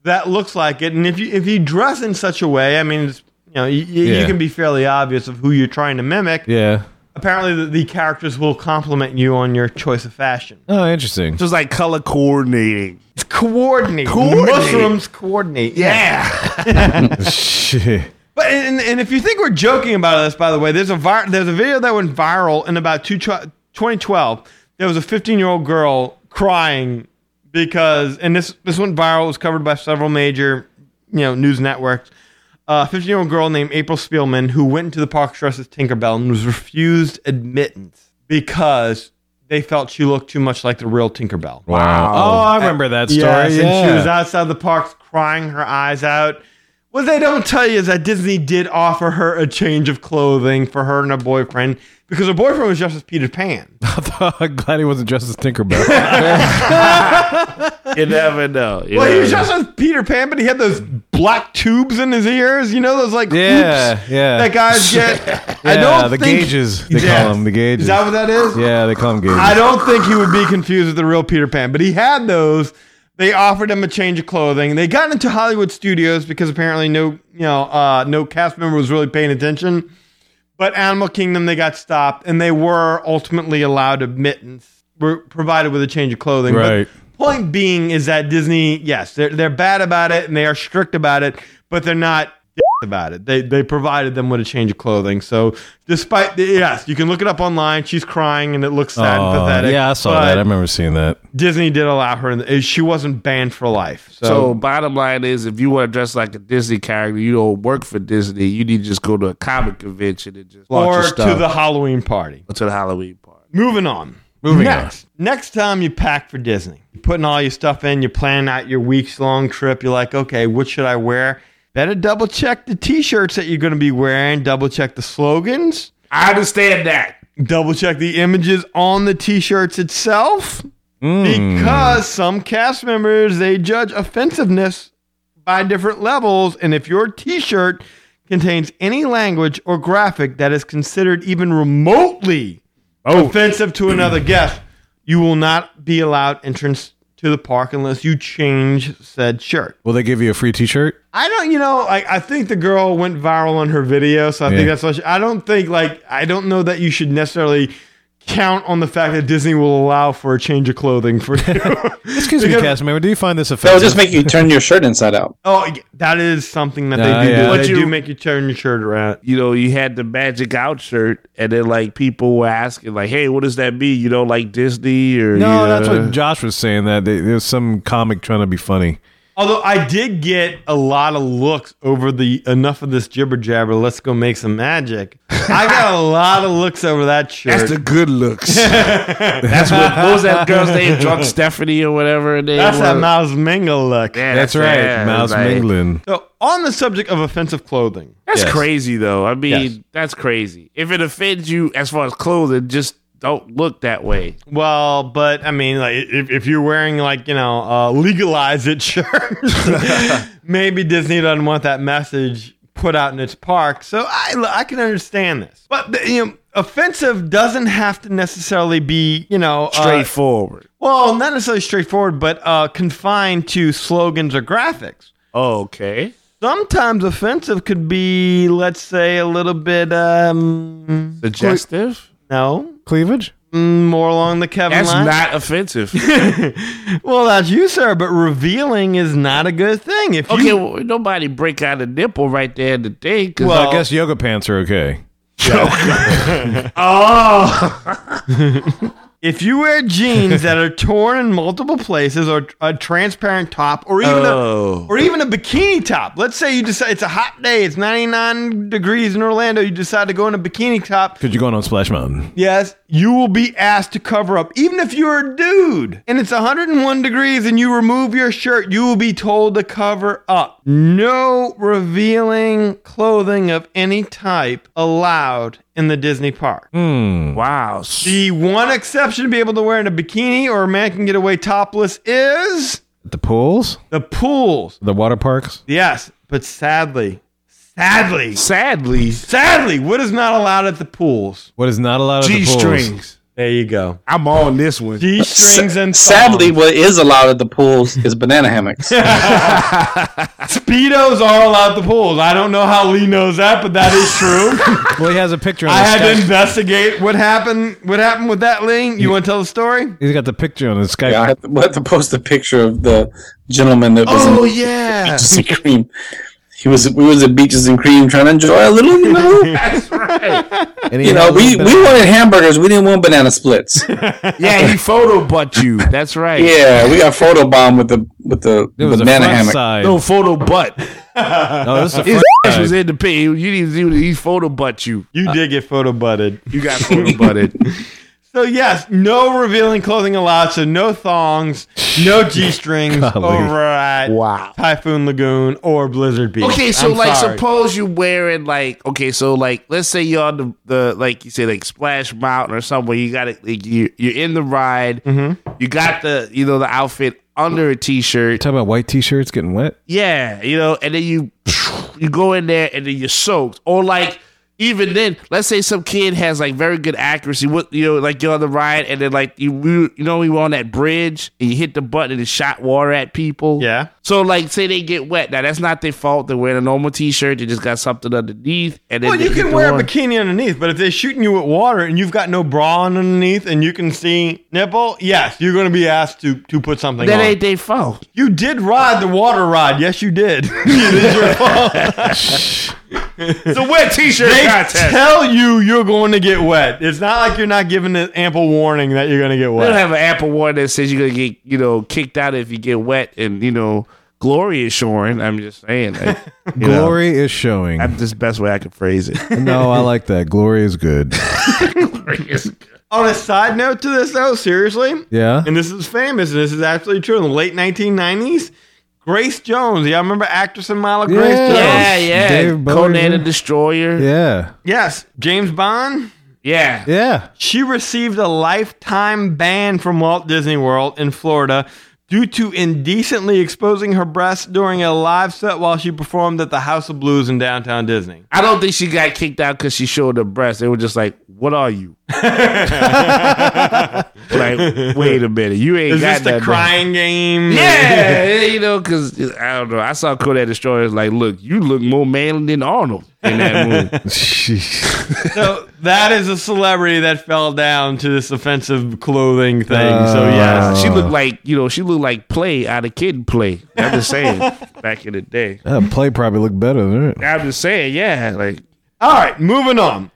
S2: that looks like it, and if you if you dress in such a way, I mean, it's, you know, you, you-
S1: Yeah.
S2: you can be fairly obvious of who you're trying to mimic.
S1: yeah.
S2: Apparently, the, the characters will compliment you on your choice of fashion.
S1: Oh, interesting.
S4: Just like color coordinating.
S2: It's coordinate.
S4: Coordinate.
S2: Muslims coordinate.
S4: Yeah.
S1: Shit.
S2: But and, and if you think we're joking about this, by the way, there's a vir- there's a video that went viral in about two tw- 2012. There was a 15 year old girl crying because, and this this went viral. It was covered by several major, you know, news networks. A 15 year old girl named April Spielman who went into the park dressed as Tinkerbell and was refused admittance because they felt she looked too much like the real Tinkerbell.
S1: Wow. Oh, I remember that story.
S2: Yes,
S1: yeah.
S2: and she was outside the parks crying her eyes out. What they don't tell you is that Disney did offer her a change of clothing for her and her boyfriend because her boyfriend was just as Peter Pan.
S1: I'm glad he wasn't dressed as Tinkerbell.
S4: you never know. You
S2: Well, he
S4: never
S2: was
S4: know.
S2: just as Peter Pan, but he had those black tubes in his ears. You know those like
S1: Yeah,
S2: hoops
S1: yeah.
S2: that guys get. I
S1: Yeah,
S2: don't
S1: the
S2: think-
S1: gauges, they call them, the gauges.
S2: Is that what that is?
S1: yeah, they call him Gabe.
S2: I don't think he would be confused with the real Peter Pan, but he had those. They offered him a change of clothing. They got into Hollywood studios because apparently no, you know, uh, no cast member was really paying attention. But Animal Kingdom, they got stopped, and they were ultimately allowed admittance, were provided with a change of clothing. But
S1: Right.
S2: point being is that Disney, yes, they're they're bad about it and they are strict about it, but they're not about it. They they provided them with a change of clothing. So despite the, yes, you can look it up online. She's crying and it looks sad and pathetic.
S1: Oh, yeah, I saw
S2: but
S1: that. I remember seeing that.
S2: Disney did allow her. In the, she wasn't banned for life. So,
S4: So bottom line is, if you want to dress like a Disney character, you don't work for Disney. You need to just go to a comic convention and just launch
S2: or
S4: your
S2: to
S4: stuff
S2: the Halloween party.
S4: or to the Halloween party.
S2: Moving on.
S1: Moving
S2: next, next time you pack for Disney, you're putting all your stuff in, you're planning out your weeks long trip. You're like, okay, what should I wear? Better double check the t shirts that you're going to be wearing, double check the slogans,
S4: I understand that.
S2: double check the images on the t shirts itself.
S1: on. Mm.
S2: Because some cast members they judge offensiveness by different levels, and if your T-shirt contains any language or graphic that is considered even remotely
S4: Oh.
S2: offensive to another guest, you will not be allowed entrance to the park unless you change said shirt.
S1: Will they give you a free T-shirt?
S2: I don't, you know, I, I think the girl went viral on her video, so I
S1: Yeah.
S2: think that's. Why she, I don't think like I don't know that you should necessarily count on the fact that Disney will allow for a change of clothing for you.
S1: Excuse me,
S2: Because-
S1: cast member. Do you find this
S3: That
S1: offensive?
S3: would just make you turn your shirt inside out.
S2: Oh, y- that is something that
S1: Ah,
S2: they do.
S1: yeah.
S2: do.
S1: What
S2: They
S4: you-
S2: do make you turn your shirt around.
S4: You know, you had the magic out shirt, and then like people were asking, like, "Hey, what does that mean? You know, like Disney or you uh,
S1: no,
S4: know,
S1: that's what Josh was saying. That they, there's some comic trying to be funny.
S2: Although I did get a lot of looks over the enough of this jibber jabber. Let's go make some magic. I got a lot of looks over that shirt.
S4: That's the good looks. that's what, what was that girl's name? Drunk Stephanie or whatever her name
S2: That's
S4: was.
S2: that Miles Mingle look.
S4: Yeah,
S1: That's, right,
S4: yeah,
S1: Mouse
S4: like-
S1: Mingling.
S2: So on the subject of offensive clothing,
S4: That's
S1: Yes.
S4: crazy, though. I mean,
S2: Yes.
S4: that's crazy. If it offends you as far as clothing, just don't look that way.
S2: Well, but I mean, like if, if you're wearing like you know uh, legalize it shirt, maybe Disney doesn't want that message put out in its park. So I I can understand this, but the, you know, offensive doesn't have to necessarily be you know uh,
S4: Straightforward.
S2: well, not necessarily straightforward, but uh, confined to slogans or graphics.
S4: okay.
S2: Sometimes offensive could be, let's say, a little bit um
S4: Suggestive?
S2: no
S1: Cleavage.
S2: mm, more along the Kevin
S4: That's
S2: line.
S4: not offensive.
S2: well, that's you, sir. But revealing is not a good thing. If
S4: okay,
S2: you,
S4: well, nobody break out a nipple right there in the thing. 'cause-
S1: Well, I guess yoga pants are okay.
S4: oh,
S2: if you wear jeans that are torn in multiple places, or a transparent top, or even a
S4: Oh.
S2: or even a bikini top. Let's say you decide it's a hot day, it's 99 degrees in Orlando. You decide to go in a bikini top.
S1: Because you're going on Splash Mountain.
S2: Yes, you will be asked to cover up. Even if you're a dude and it's 101 degrees and you remove your shirt, you will be told to cover up. No revealing clothing of any type allowed in the Disney park.
S1: Mm.
S4: oh.
S1: Hmm,
S4: wow.
S2: The one exception to be able to wear in a bikini or a man can get away topless is
S1: The pools,
S2: the pools.
S1: the water parks.
S2: Yes, but sadly, sadly,
S4: Sadly,
S2: sadly, what is not allowed at the pools?
S1: What is not allowed at the
S4: G
S1: pools?
S4: strings.
S2: There you go.
S4: I'm on this one.
S2: G
S3: S-
S2: strings and
S3: sadly,
S2: thongs.
S3: what is allowed at the pools is banana hammocks.
S2: Speedos are allowed at the pools. I don't know how Lee knows that, but that is true.
S1: Well, he has a picture. On
S2: I
S1: his
S2: had to
S1: Skype.
S2: investigate what happened. What happened with that, Lee? You want to tell the story?
S1: He's got the picture on his Skype.
S3: yeah, I have, to, we'll have to post a picture of the gentleman that was in
S2: Oh, yeah.
S3: Beaches and Cream. He was we was at Beaches and Cream trying to enjoy a little, you know.
S4: That's right.
S1: And he
S3: You
S1: had
S3: know,
S1: a little
S3: we,
S1: bit
S3: we
S1: of-
S3: wanted hamburgers. We didn't want banana splits.
S4: Yeah, he photo butt you. That's right.
S3: Yeah, we got photo bomb with the with the,
S1: It
S3: the
S1: was a
S3: banana
S1: front
S3: hammock.
S1: side.
S4: No photo butt.
S1: No, this is a
S4: His
S1: front
S4: ass
S1: side.
S4: was in the pin. You didn't see he photo butt you.
S2: You did get photo butted.
S4: You got photo butted.
S2: So yes, no revealing clothing allowed. So no thongs, no g strings
S1: Golly.
S2: over at
S4: Wow.
S2: Typhoon Lagoon or Blizzard Beach.
S4: Okay, so
S2: I'm
S4: like
S2: sorry.
S4: suppose you wearing like okay, so like let's say you're on the, the like you say like Splash Mountain or somewhere. You got it. Like, you you're in the ride.
S2: Mm-hmm.
S4: You got the you know the outfit under a t-shirt.
S1: Talking about white T-shirts getting wet.
S4: Yeah, you know, and then you you go in there and then you're soaked or like. even then, let's say some kid has like very good accuracy. What you know, like you're on the ride, and then like you, you you know, we were on that bridge, and you hit the button and it shot water at people.
S2: Yeah.
S4: So like, say they get wet. Now that's not their fault. They're wearing a normal T-shirt. They just got something underneath, and then
S2: Well,
S4: they
S2: you
S4: hit
S2: can
S4: the
S2: wear a
S4: water.
S2: bikini underneath, but if they're shooting you with water and you've got no bra on underneath and you can see nipple, yes, you're going to be asked to to put something
S4: That
S2: on.
S4: ain't their fault.
S2: You did ride the water ride. Yes, you did. it is your fault.
S4: It's a wet T-shirt
S2: They tell you you're going to get wet. It's not like you're not given an ample warning that you're going to get
S4: They don't
S2: wet.
S4: have an Apple One that says you're gonna get you know kicked out if you get wet, and you know glory is showing. I'm just saying, like, you know,
S1: Glory is showing.
S4: that's the best way I can phrase it.
S1: no, I like that. Glory is good.
S2: On a side note to this, though, seriously,
S1: Yeah.
S2: and this is famous, and this is absolutely true. In the late 1990s, Grace Jones, yeah, I remember actress and model Grace
S1: Yeah.
S2: Jones.
S4: Yeah, yeah.
S1: Dave Bowie,
S4: Conan the
S1: yeah.
S4: Destroyer. Yeah.
S1: Yeah.
S2: Yes, James Bond.
S4: yeah.
S1: Yeah.
S2: She received a lifetime ban from Walt Disney World in Florida due to indecently exposing her breasts during a live set while she performed at the House of Blues in downtown Disney.
S4: I don't think she got kicked out because she showed her breast. They were just like, "What are you?" like, wait a minute, you ain't
S2: Is
S4: got
S2: this the
S4: nothing.
S2: crying game?
S4: Yeah, you know, because I don't know. I saw Conan the Destroyer. Like, look, you look more manly than Arnold in that movie.
S2: so that is a celebrity that fell down to this offensive clothing thing. so yes.
S4: She looked like you know, she looked like play out of kid play. I'm just saying, back in the day.
S1: That play probably looked better than it.
S4: I'm just saying, yeah, like
S2: All right, moving on.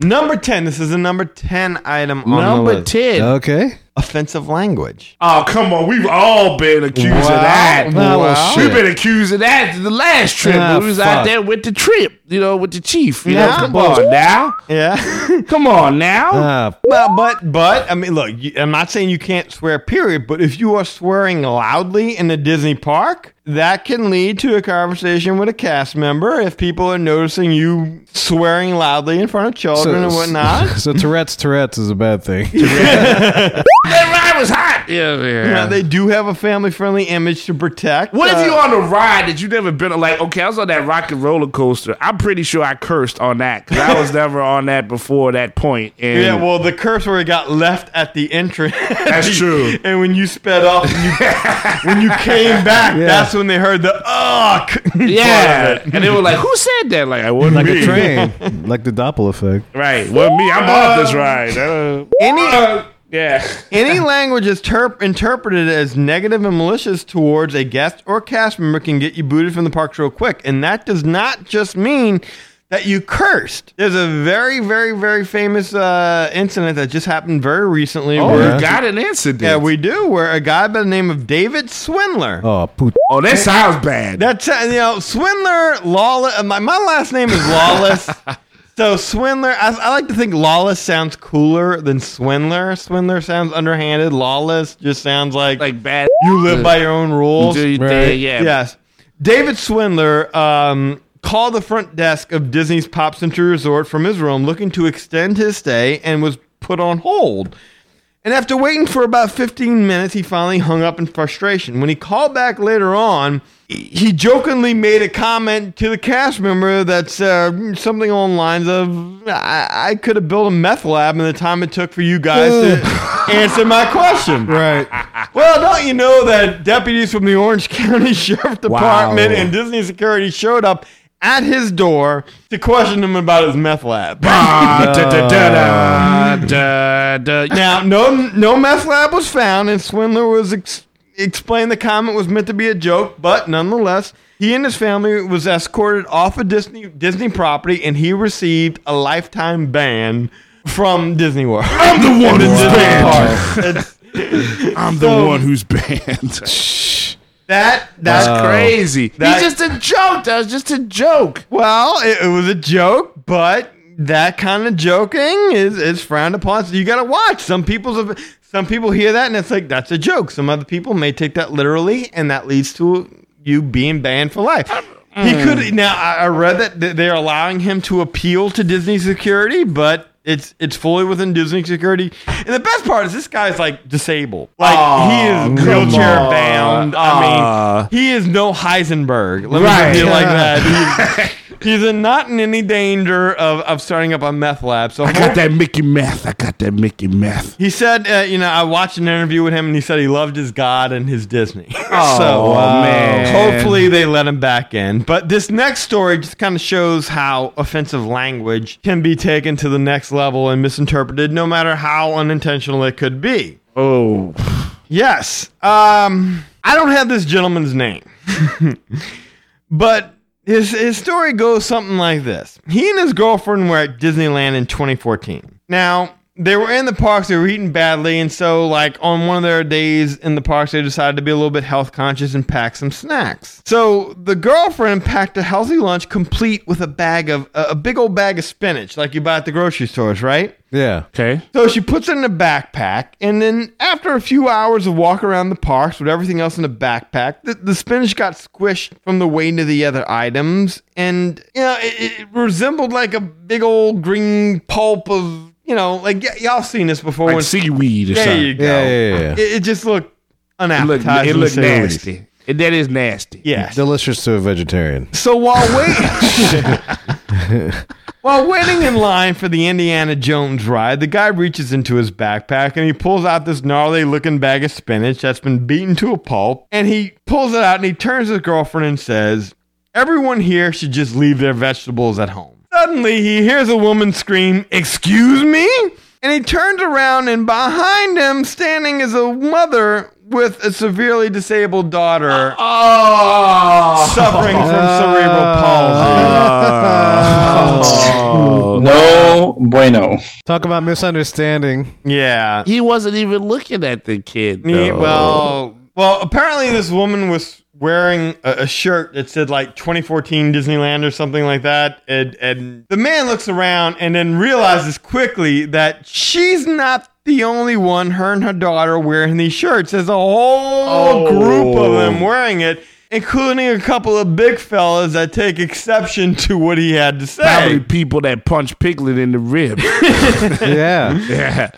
S2: Number 10. This is a number 10 item on the
S4: number
S2: list.
S4: ten.
S1: Okay.
S2: Offensive language.
S4: oh come on, we've all been accused of that.
S1: Wow.
S2: Wow.
S4: We've been accused of that the last trip.
S1: Ah,
S4: we was
S1: fuck.
S4: out there with the trip, you know, with the chief. You
S2: Yeah.
S4: know, come on now,
S2: Yeah.
S4: come on now.
S1: Ah,
S2: Well, but but I mean, look, you, I'm not saying you can't swear, period. But if you are swearing loudly in a Disney park, that can lead to a conversation with a cast member if people are noticing you swearing loudly in front of children and whatnot.
S1: So Tourette's Tourette's is a bad thing.
S4: that ride was hot. Yeah, yeah.
S2: Now, they do have a family-friendly image to protect.
S4: What
S2: Uh,
S4: if you on a ride that you never been on? Like, okay, I was on that rock and roller coaster. I'm pretty sure I cursed on that because I was never on that before that point. And
S2: Yeah, well, the curse word got left at the entrance.
S4: That's true.
S2: And when you sped off, when you, when you came back,
S1: Yeah.
S2: that's when they heard the "ugh."
S4: yeah. And they were like, "Who said that?" Like, I wasn't
S1: Like
S4: me.
S1: a train. Like the Doppel effect.
S4: Right, wasn't me. I'm off this ride. Uh,
S2: Any
S4: yeah,
S2: Any language is terp- interpreted as negative and malicious towards a guest or cast member can get you booted from the parks real quick. And that does not just mean that you cursed. There's a very, very, very famous uh, incident that just happened very recently.
S4: oh,
S2: where,
S4: we got an incident.
S2: yeah, we do, where a guy by the name of David Swindler.
S1: Oh, put.
S4: oh, that sounds bad.
S2: That's uh, you know Swindler Lawless. uh, My, my last name is Lawless. so Swindler, I, I like to think Lawless sounds cooler than Swindler. Swindler sounds underhanded. Lawless just sounds like,
S4: like bad.
S2: you live by your own rules.
S4: Do you
S1: Right.
S4: think- Yeah.
S2: Yes, David Swindler. Um, Called the front desk of Disney's Pop Century Resort from his room looking to extend his stay and was put on hold. And after waiting for about 15 minutes, he finally hung up in frustration. When he called back later on, he- he jokingly made a comment to the cast member that's uh, something along the lines of, I, I could have built a meth lab in the time it took for you guys to answer my question.
S1: Right.
S2: Well, don't you know that deputies from the Orange County Sheriff Department and Disney security showed up at his door to question him about his meth lab?
S4: Ah, da, da, da, da, da, da.
S2: Now, no, no meth lab was found, and Swindler was ex- explained the comment was meant to be a joke, but nonetheless, he and his family was escorted off of Disney Disney property, and he received a lifetime ban from Disney World.
S4: I'm the one who's
S2: Disney
S4: banned.
S2: Park. It's-
S4: I'm
S2: So-
S4: the one who's banned.
S2: that that's
S4: That's crazy.
S2: That-
S4: He's just a joke. That was just a joke.
S2: well, it, it was a joke, but that kind of joking is is frowned upon. So you got to watch. Some people's some people hear that and it's like that's a joke. Some other people may take that literally, and that leads to you being banned for life. He could now. I, I read that th- they're allowing him to appeal to Disney security, but. It's it's fully within Disney security, and the best part is this guy's like disabled, like he is wheelchair bound. I mean, he is no Heisenberg. Let me
S4: Right.
S2: just be like that. He's- He's in, not in any danger of, of starting up a meth lab. So
S4: I got that Mickey meth. I got that Mickey meth.
S2: he said, uh, you know, I watched an interview with him, and he said he loved his God and his Disney. so uh,
S4: wow. man.
S2: hopefully they let him back in. But this next story just kind of shows how offensive language can be taken to the next level and misinterpreted, no matter how unintentional it could be.
S4: Oh,
S2: Yes. Um, I don't have this gentleman's name, but his, his story goes something like this He and his girlfriend were at Disneyland in 2014. Now, they were in the parks, they were eating badly, and so, like, on one of their days in the parks, they decided to be a little bit health conscious and pack some snacks. So, the girlfriend packed a healthy lunch complete with a bag of a a big old bag of spinach, like you buy at the grocery stores, right?
S1: Yeah.
S4: okay.
S2: So she puts it in a backpack, and then after a few hours of walk around the parks with everything else in the backpack, the, the spinach got squished from the weight of the other items, and you know it, it resembled like a big old green pulp of you know like y- y'all seen this before.
S4: Like
S2: when-
S4: seaweed or
S2: there you
S4: something.
S2: go.
S1: Yeah, yeah, yeah.
S2: It, it just looked
S4: It looked,
S2: unappetizing.
S4: it
S2: to
S4: looked
S2: say the least.
S4: nasty. And that is nasty.
S2: Yes.
S1: Delicious to a vegetarian.
S2: So while waiting, while waiting in line for the Indiana Jones ride, the guy reaches into his backpack and he pulls out this gnarly-looking bag of spinach that's been beaten to a pulp, and he pulls it out and he turns to his girlfriend and says, "Everyone here should just leave their vegetables at home." Suddenly, he hears a woman scream, "Excuse me!" And he turns around, and behind him, standing is a mother with a severely disabled daughter
S4: Oh.
S2: suffering from cerebral
S1: Ah.
S2: palsy.
S3: No bueno.
S1: Talk about misunderstanding.
S2: Yeah.
S4: he wasn't even looking at the kid.
S2: Yeah,
S4: though.
S2: Well, well, apparently this woman was wearing a, a shirt that said like 2014 Disneyland or something like that, and and the man looks around and then realizes quickly that she's not. The only one, her and her daughter, are wearing these shirts. There's a whole group of them wearing it, including a couple of big fellas that take exception to what he had to say.
S4: probably people that punch Piglet in the rib.
S1: Yeah.
S4: yeah.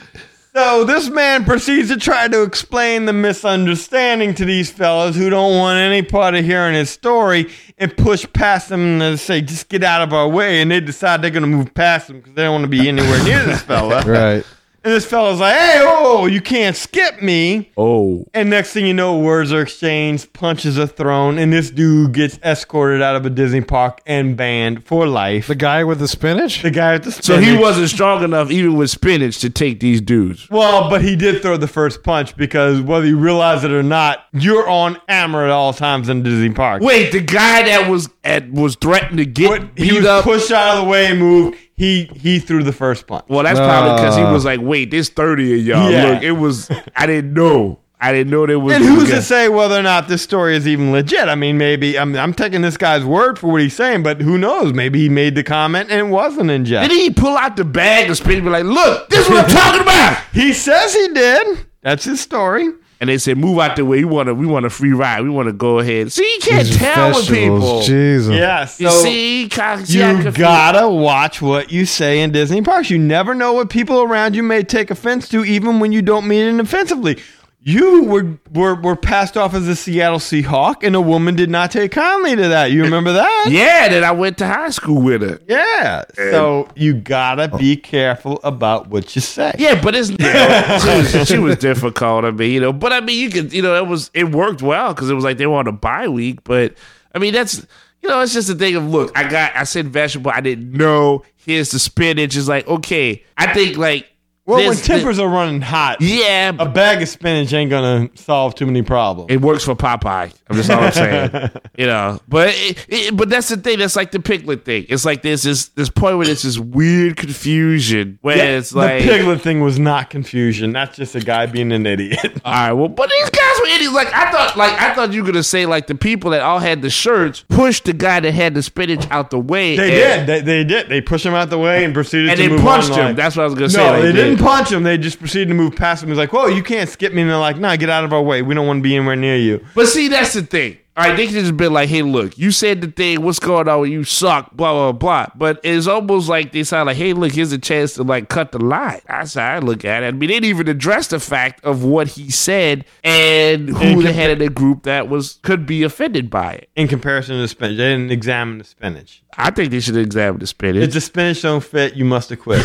S2: So this man proceeds to try to explain the misunderstanding to these fellas who don't want any part of hearing his story and push past them and say, just get out of our way. And they decide they're going to move past him because they don't want to be anywhere near this fella.
S1: right.
S2: And this fella's like, hey, oh, you can't skip me.
S4: Oh.
S2: And next thing you know, words are exchanged, punches are thrown, and this dude gets escorted out of a Disney park and banned for life.
S1: The guy with the spinach?
S2: The guy at the
S4: So he
S2: spinach-
S4: wasn't strong enough, even with spinach, to take these dudes.
S2: Well, but he did throw the first punch because whether you realize it or not, you're on ammo at all times in Disney Park.
S4: Wait, the guy that was at was threatened to get
S2: What- he
S4: beat
S2: was
S4: up.
S2: pushed out of the way and moved. He he threw the first punch.
S4: well, that's probably because he
S1: Uh.
S4: was like, "Wait, there's thirty of y'all.
S2: Yeah.
S4: Look, it was. I didn't know. I didn't know there was."
S2: And who's
S4: okay.
S2: to say whether or not this story is even legit? I mean, maybe I'm, I'm taking this guy's word for what he's saying, but who knows? Maybe he made the comment and it wasn't in jest.
S4: Did he pull out the bag and spin? it and Be like, "Look, this is what I'm talking about."
S2: He says he did. That's his story.
S4: And they said, "Move out the way. We want to. We want a free ride. We want to go ahead." See, you can't tell with people.
S1: Jesus.
S2: Yeah. so-
S4: You see, Cox- yeah,
S2: You
S4: confused.
S2: gotta watch what you say in Disney parks. You never know what people around you may take offense to, even when you don't mean it offensively. You were were, were passed off as a Seattle Seahawk, and a woman did not take kindly to that. You remember that?
S4: Yeah, that I went to high school with her.
S2: Yeah. So you gotta be careful about what you say.
S4: Yeah, but it's you know, she, was, she was difficult. I mean, you know, but I mean, you could, you know, it was it worked well because it was like they were on a bye week. But I mean, that's you know, it's just a thing of look. I got I said vegetable. I didn't know. Here's the spinach. It's like okay. I think like
S2: Well, when
S4: this-
S2: tempers are running hot,
S4: yeah,
S2: a bag of spinach ain't gonna solve too many problems.
S4: It works for Popeye. I'm just all I'm saying, you know. But it, it, but that's the thing. That's like the piglet thing. It's like there's this this point where there's this weird confusion where it's like,
S2: the piglet thing was not confusion. That's just a guy being an idiot.
S4: all right, well, but these guys were idiots. Like I thought, like I thought you were gonna say like the people that all had the shirts pushed the guy that had the spinach out the way.
S2: They did.
S4: and,
S2: They, they did. They pushed him out the way and proceeded
S4: and
S2: to
S4: they
S2: move
S4: punched
S2: on,
S4: him.
S2: like-
S4: That's what I was gonna say.
S2: no,
S4: like,
S2: they didn't punch him. They just proceeded to move past him. He's like, "Whoa, you can't skip me!" And they're like, "Nah, get out of our way. We don't want to be anywhere near you."
S4: But see, that's the thing. All right, they could just been like, hey, look, you said the thing, what's going on? You suck, blah, blah, blah. But it's almost like they sound like, hey, look, here's a chance to like cut the line. That's how I look at it. I mean, they didn't even address the fact of what he said and who
S2: And
S4: the head of the group that was could be offended by it.
S2: in comparison to the spinach. They didn't examine the spinach.
S4: I think they should examine the
S2: If
S4: spinach.
S2: the spinach don't fit, you must acquit.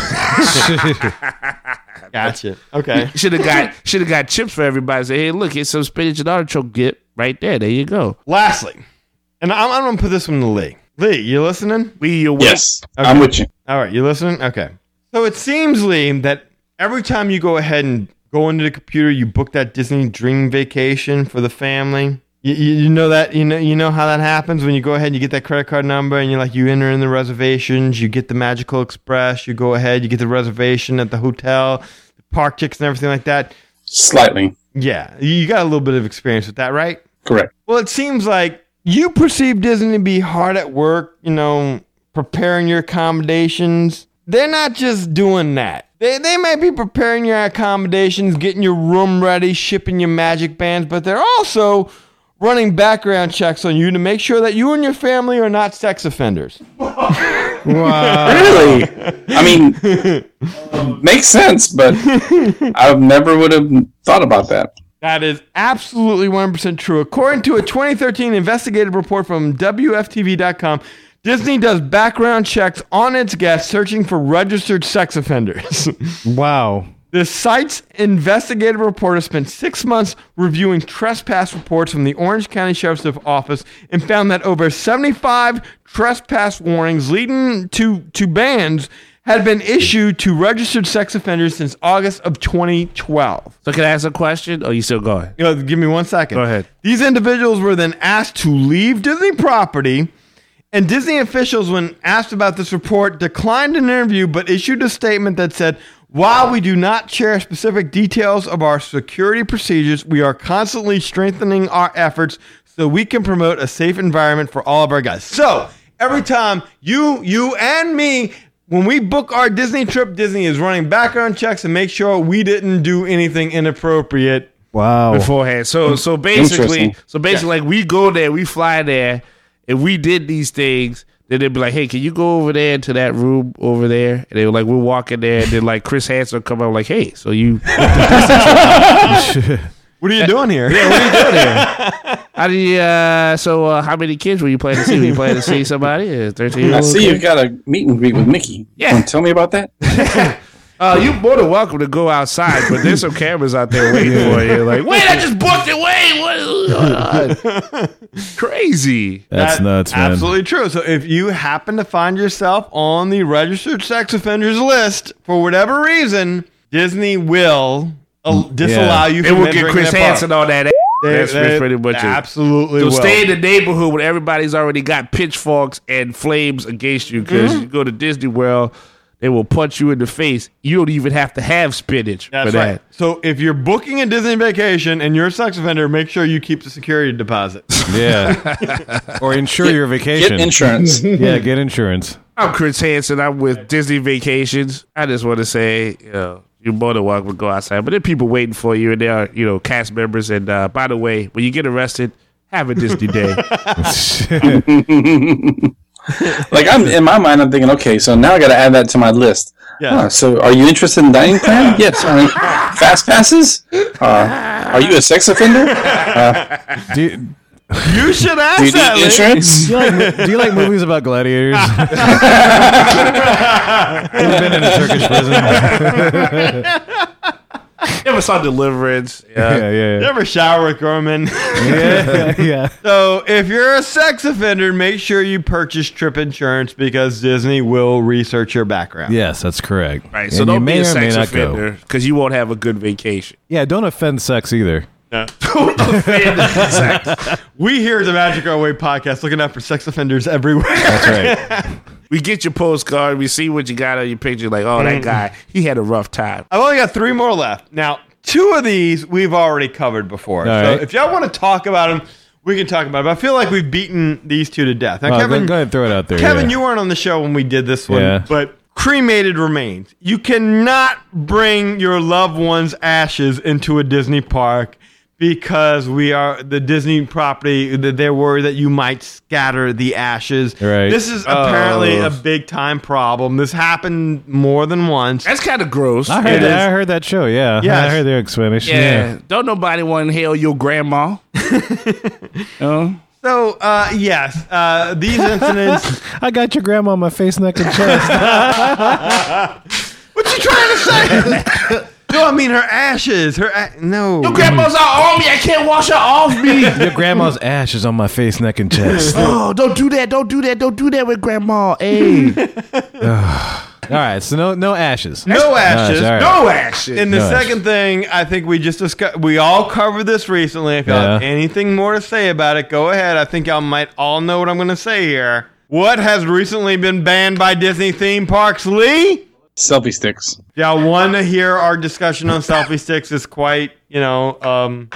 S2: gotcha. Okay.
S4: Should have got should have got chips for everybody. Say, hey, look, here's some spinach and artichoke dip right there. There you go.
S2: Lastly, and I'm, I'm gonna put this one to Lee. Lee, you listening?
S4: We your way.
S3: Yes, I'm with you.
S2: All right, you listening? Okay. So it seems, Liam, that every time you go ahead and go into the computer, you book that Disney dream vacation for the family. You, you, you know that you know you know how that happens when you go ahead and you get that credit card number and you like you enter in the reservations, you get the Magical Express, you go ahead, you get the reservation at the hotel, the park tickets and everything like that.
S3: Slightly
S2: Yeah, you got a little bit of experience with that, right?
S3: correct.
S2: Well, it seems like you perceive Disney to be hard at work, you know, preparing your accommodations. They're not just doing that. They, they might be preparing your accommodations, getting your room ready, shipping your magic bands, but they're also running background checks on you to make sure that you and your family are not sex offenders.
S3: Really? I mean, makes sense, but I never would have thought about that.
S2: That is absolutely 1% true. According to a 2013 investigative report from WFTV.com, Disney does background checks on its guests searching for registered sex offenders.
S1: Wow.
S2: the site's investigative reporter spent six months reviewing trespass reports from the Orange County Sheriff's Office and found that over 75 trespass warnings leading to, to bans had been issued to registered sex offenders since August of 2012.
S4: So can I ask a question? Or are you still going?
S2: You know, give me one second.
S4: Go ahead.
S2: These individuals were then asked to leave Disney property, and Disney officials, when asked about this report, declined an interview but issued a statement that said, while we do not share specific details of our security procedures, we are constantly strengthening our efforts so we can promote a safe environment for all of our guys. So every time you, you and me, when we book our Disney trip, Disney is running background checks and make sure we didn't do anything inappropriate
S1: Wow.
S4: beforehand. So so basically,
S3: Interesting.
S4: so basically, like we go there, we fly there, and we did these things. Then they'd be like, "Hey, can you go over there to that room over there?" And they were like, "We're walking there." And then like Chris Hansen would come up like, "Hey, so you
S2: What are you doing here?
S4: how do you uh, so uh, how many kids were you planning to see? Were you planning to see somebody? Uh, Thirteen?
S3: I see you've got a meet and greet with Mickey.
S4: Yeah.
S3: Wanna tell me about that.
S4: Uh, you're more than welcome to go outside, but there's some cameras out there waiting for you. Like, wait, I just booked it. Wait, what is going on? Crazy.
S5: That's nuts, man.
S2: Absolutely true. So if you happen to find yourself on the registered sex offenders list for whatever reason, Disney will uh, disallow you.
S4: It
S2: from
S4: will get
S2: entering
S4: Chris
S2: their park.
S4: Hansen on that. a-
S2: They-
S4: That's
S2: they
S4: pretty much it.
S2: Absolutely.
S4: So
S2: will.
S4: stay in the neighborhood where everybody's already got pitchforks and flames against you because you go to Disney World, they will punch you in the face. You don't even have to have spinach
S2: That's
S4: for
S2: right.
S4: that.
S2: So if you're booking a Disney vacation and you're a sex offender, make sure you keep the security deposit.
S1: Yeah. or insure your
S3: Get
S1: vacation.
S3: insurance.
S1: yeah, get insurance.
S4: I'm Chris Hansen. I'm with Disney Vacations. I just want to say, you know, you're more than welcome to go outside. But there are people waiting for you, and they are, you know, cast members. And uh, by the way, when you get arrested, have a Disney day.
S3: like I'm in my mind, I'm thinking, okay, so now I got to add that to my list.
S2: Yeah.
S3: Huh, so, are you interested in dining plan? yes. All right. Fast passes? Uh, are you a sex offender?
S1: Do you,
S2: you should ask
S3: Do you
S2: that.
S3: need
S2: Lee.
S3: insurance?
S1: do you like, do you like movies about gladiators? You've been in a Turkish prison.
S4: Never saw Deliverance. Yeah.
S1: yeah, yeah,
S2: Never shower with grown men.
S1: yeah. yeah.
S2: So if you're a sex offender, make sure you purchase trip insurance because Disney will research your background.
S1: Yes, that's correct.
S4: Right,
S1: And
S4: so
S1: you
S4: don't
S1: may
S4: be a
S1: or may
S4: sex
S1: not go.
S4: offender because you won't have a good vacation.
S1: Yeah, don't offend sex either.
S4: Don't offend sex.
S2: We here at the Magic Our Way podcast looking out for sex offenders everywhere.
S1: That's right. Uh,
S4: We get your postcard. We see what you got on your picture. Like, oh, that guy, he had a rough time.
S2: I've only got three more left. Now, two of these we've already covered before.
S1: All
S2: so
S1: right.
S2: if y'all want to talk about them, we can talk about them. I feel like we've beaten these two to death. Now,
S1: Oh,
S2: Kevin,
S1: go, go ahead and throw it out there.
S2: Kevin,
S1: yeah.
S2: you weren't on the show when we did this one,
S1: Yeah.
S2: but cremated remains. You cannot bring your loved one's ashes into a Disney park because we are the Disney property. that They're worried that you might scatter the ashes.
S1: Right. Oh.
S2: This is apparently a big time problem. This happened more than once.
S4: That's kind of gross.
S1: I
S4: Yeah.
S1: heard that. I heard that show. Yeah, I
S2: Yes.
S1: heard their explanation.
S4: Yeah.
S1: Yeah,
S4: Don't nobody want to hail your grandma. Uh-huh. oh.
S2: So uh, yes, uh, these incidents.
S1: I got your grandma on my face, neck, and chest.
S2: what you trying to say? no, I mean her ashes. Her a- no.
S4: Your grandma's all on me. I can't wash her off me.
S1: your grandma's ash is on my face, neck, and chest. All
S4: oh, don't do that. Don't do that. Don't do that with grandma. Hey.
S1: right, so no, no ashes.
S2: no ashes.
S1: all right.
S4: No action.
S2: And the
S1: No
S2: second thing, I think we just discussed, we all covered this recently. If y'all have
S1: Yeah.
S2: anything more to say about it, go ahead. I think y'all might all know what I'm going to say here. What has recently been banned by Disney theme parks, Lee?
S3: Selfie sticks.
S2: Y'all want to hear our discussion on selfie sticks is quite, you know, um,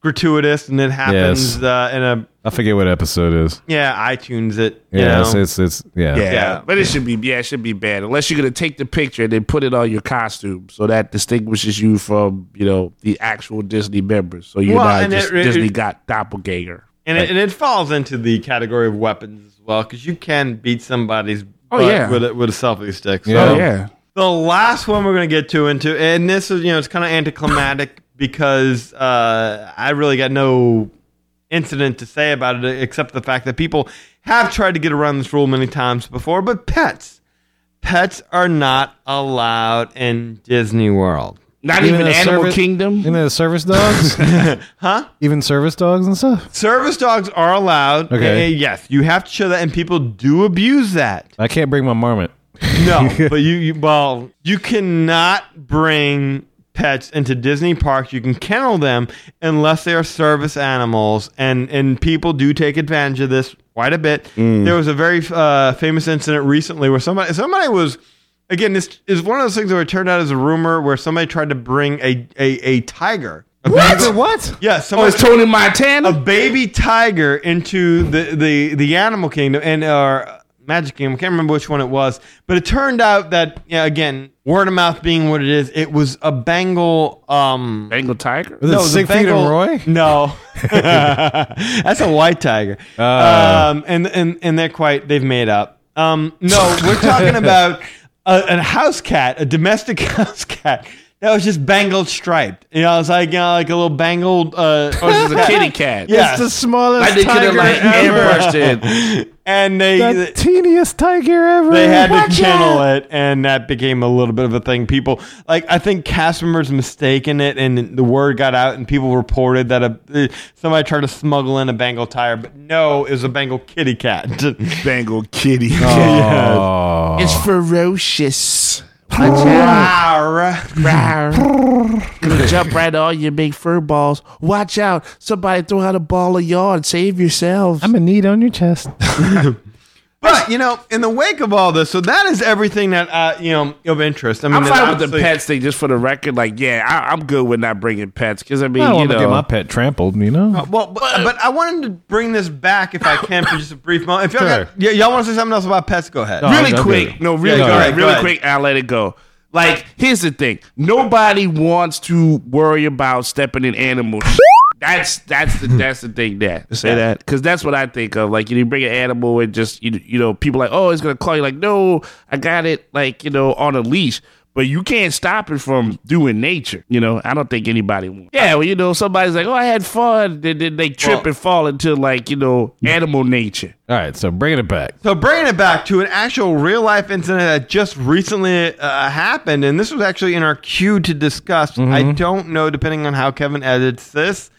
S2: gratuitous, and it happens
S1: Yes.
S2: uh, in a,
S1: I forget what episode is.
S2: yeah, iTunes it. you
S1: Yeah,
S2: know.
S1: it's, it's it's yeah.
S4: yeah,
S2: Yeah.
S4: but it should be yeah, it should be bad unless you're gonna take the picture and then put it on your costume, so that distinguishes you from you know the actual Disney members. So you're
S2: Well,
S4: not
S2: and
S4: just
S2: it- it-
S4: Disney got doppelganger.
S2: And it, and it falls into the category of weapons as well, because you can beat somebody's
S4: Oh,
S2: butt
S4: yeah.
S2: with, a, with a selfie stick. So.
S1: Yeah.
S4: Oh yeah,
S2: The last one we're going to get to into, and this is, you know, it's kind of anticlimactic because uh, I really got no incident to say about it except the fact that people have tried to get around this rule many times before, but pets. Pets are not allowed in Disney World.
S4: not
S1: Even
S4: even,
S1: a
S4: Animal
S1: service-
S4: Kingdom.
S1: Isn't that service dogs? huh? Even service dogs and stuff.
S2: Service dogs are allowed.
S1: Okay.
S2: Eh, yes, you have to show that, and people do abuse that.
S1: I can't bring my marmot.
S2: No, but you, you well, you cannot bring pets into Disney parks. You can kennel them unless they are service animals, and and people do take advantage of this quite a bit.
S4: Mm.
S2: There was a very uh, famous incident recently where somebody somebody was. Again, this is one of those things where it turned out as a rumor where somebody tried to bring a a, a tiger. A
S1: What? What?
S2: Yeah,
S4: Oh,
S2: somebody
S4: it's Tony
S2: a
S4: Montana.
S2: baby tiger into the the the animal kingdom and our magic kingdom. I can't remember which one it was, but it turned out that yeah, again, word of mouth being what it is, it was a Bengal. Um,
S4: Bengal tiger.
S1: Was it
S2: it was a
S1: Siegfried
S2: Bengal-
S1: and Roy?
S2: No, that's a white tiger. um, and and and they're quite. They've made up. Um, no, we're talking about a, a house cat, a domestic house cat. That was just bangled striped. You know, it's like you know, like a little bangled. Uh,
S4: Oh, this is a kitty cat.
S2: Yeah.
S1: It's the smallest
S4: I think
S1: tiger
S4: it like
S1: ever.
S4: airbrushed it.
S2: and they
S1: The teeniest tiger ever.
S2: they had to channel it, and that became a little bit of a thing. People like I think cast members mistaken it, and the word got out, and people reported that a uh, somebody tried to smuggle in a Bengal tiger, but no, it was a Bengal kitty cat.
S4: Bengal kitty.
S1: Oh.
S4: It's ferocious.
S2: Rawr.
S4: Gonna jump right on you, big fur balls. Watch out! Somebody throw out a ball of yarn. Save yourselves.
S1: I'm a need on your chest.
S2: but you know, in the wake of all this, so that is everything that uh, you know of interest. I mean,
S4: I'm
S2: and
S4: fine with the
S2: obviously-
S4: pets thing, just for the record. Like, yeah, I, I'm good with not bringing pets because I mean,
S1: I don't
S4: you
S1: want to
S4: know,
S1: get my pet trampled. You know.
S2: Well, but, but I wanted to bring this back if I can for just a brief moment. If y'all,
S1: Sure.
S2: got, y- y'all want to say something else about pets, go ahead.
S1: No.
S4: really
S1: I'm- I'm
S4: quick.
S1: good.
S4: No, really,
S2: Yeah, go
S4: quick,
S2: ahead, go
S4: really
S2: ahead.
S4: quick. I'll let it go. Like, here's the thing: nobody wants to worry about stepping in animal. shit. That's that's the that's the thing that say that because that's what I think of. Like, you, know, you bring an animal and just you you know people like oh it's gonna claw you like no I got it like you know on a leash. But you can't stop it from doing nature, you know. I don't think anybody wants. Yeah, well, you know, somebody's like, "Oh, I had fun," then, then they trip
S2: Well-
S4: and fall into like, you know, animal nature.
S1: All right, so bringing it back.
S2: So bringing it back to an actual real life incident that just recently uh, happened, and this was actually in our queue to discuss. I don't know, depending on how Kevin edits this,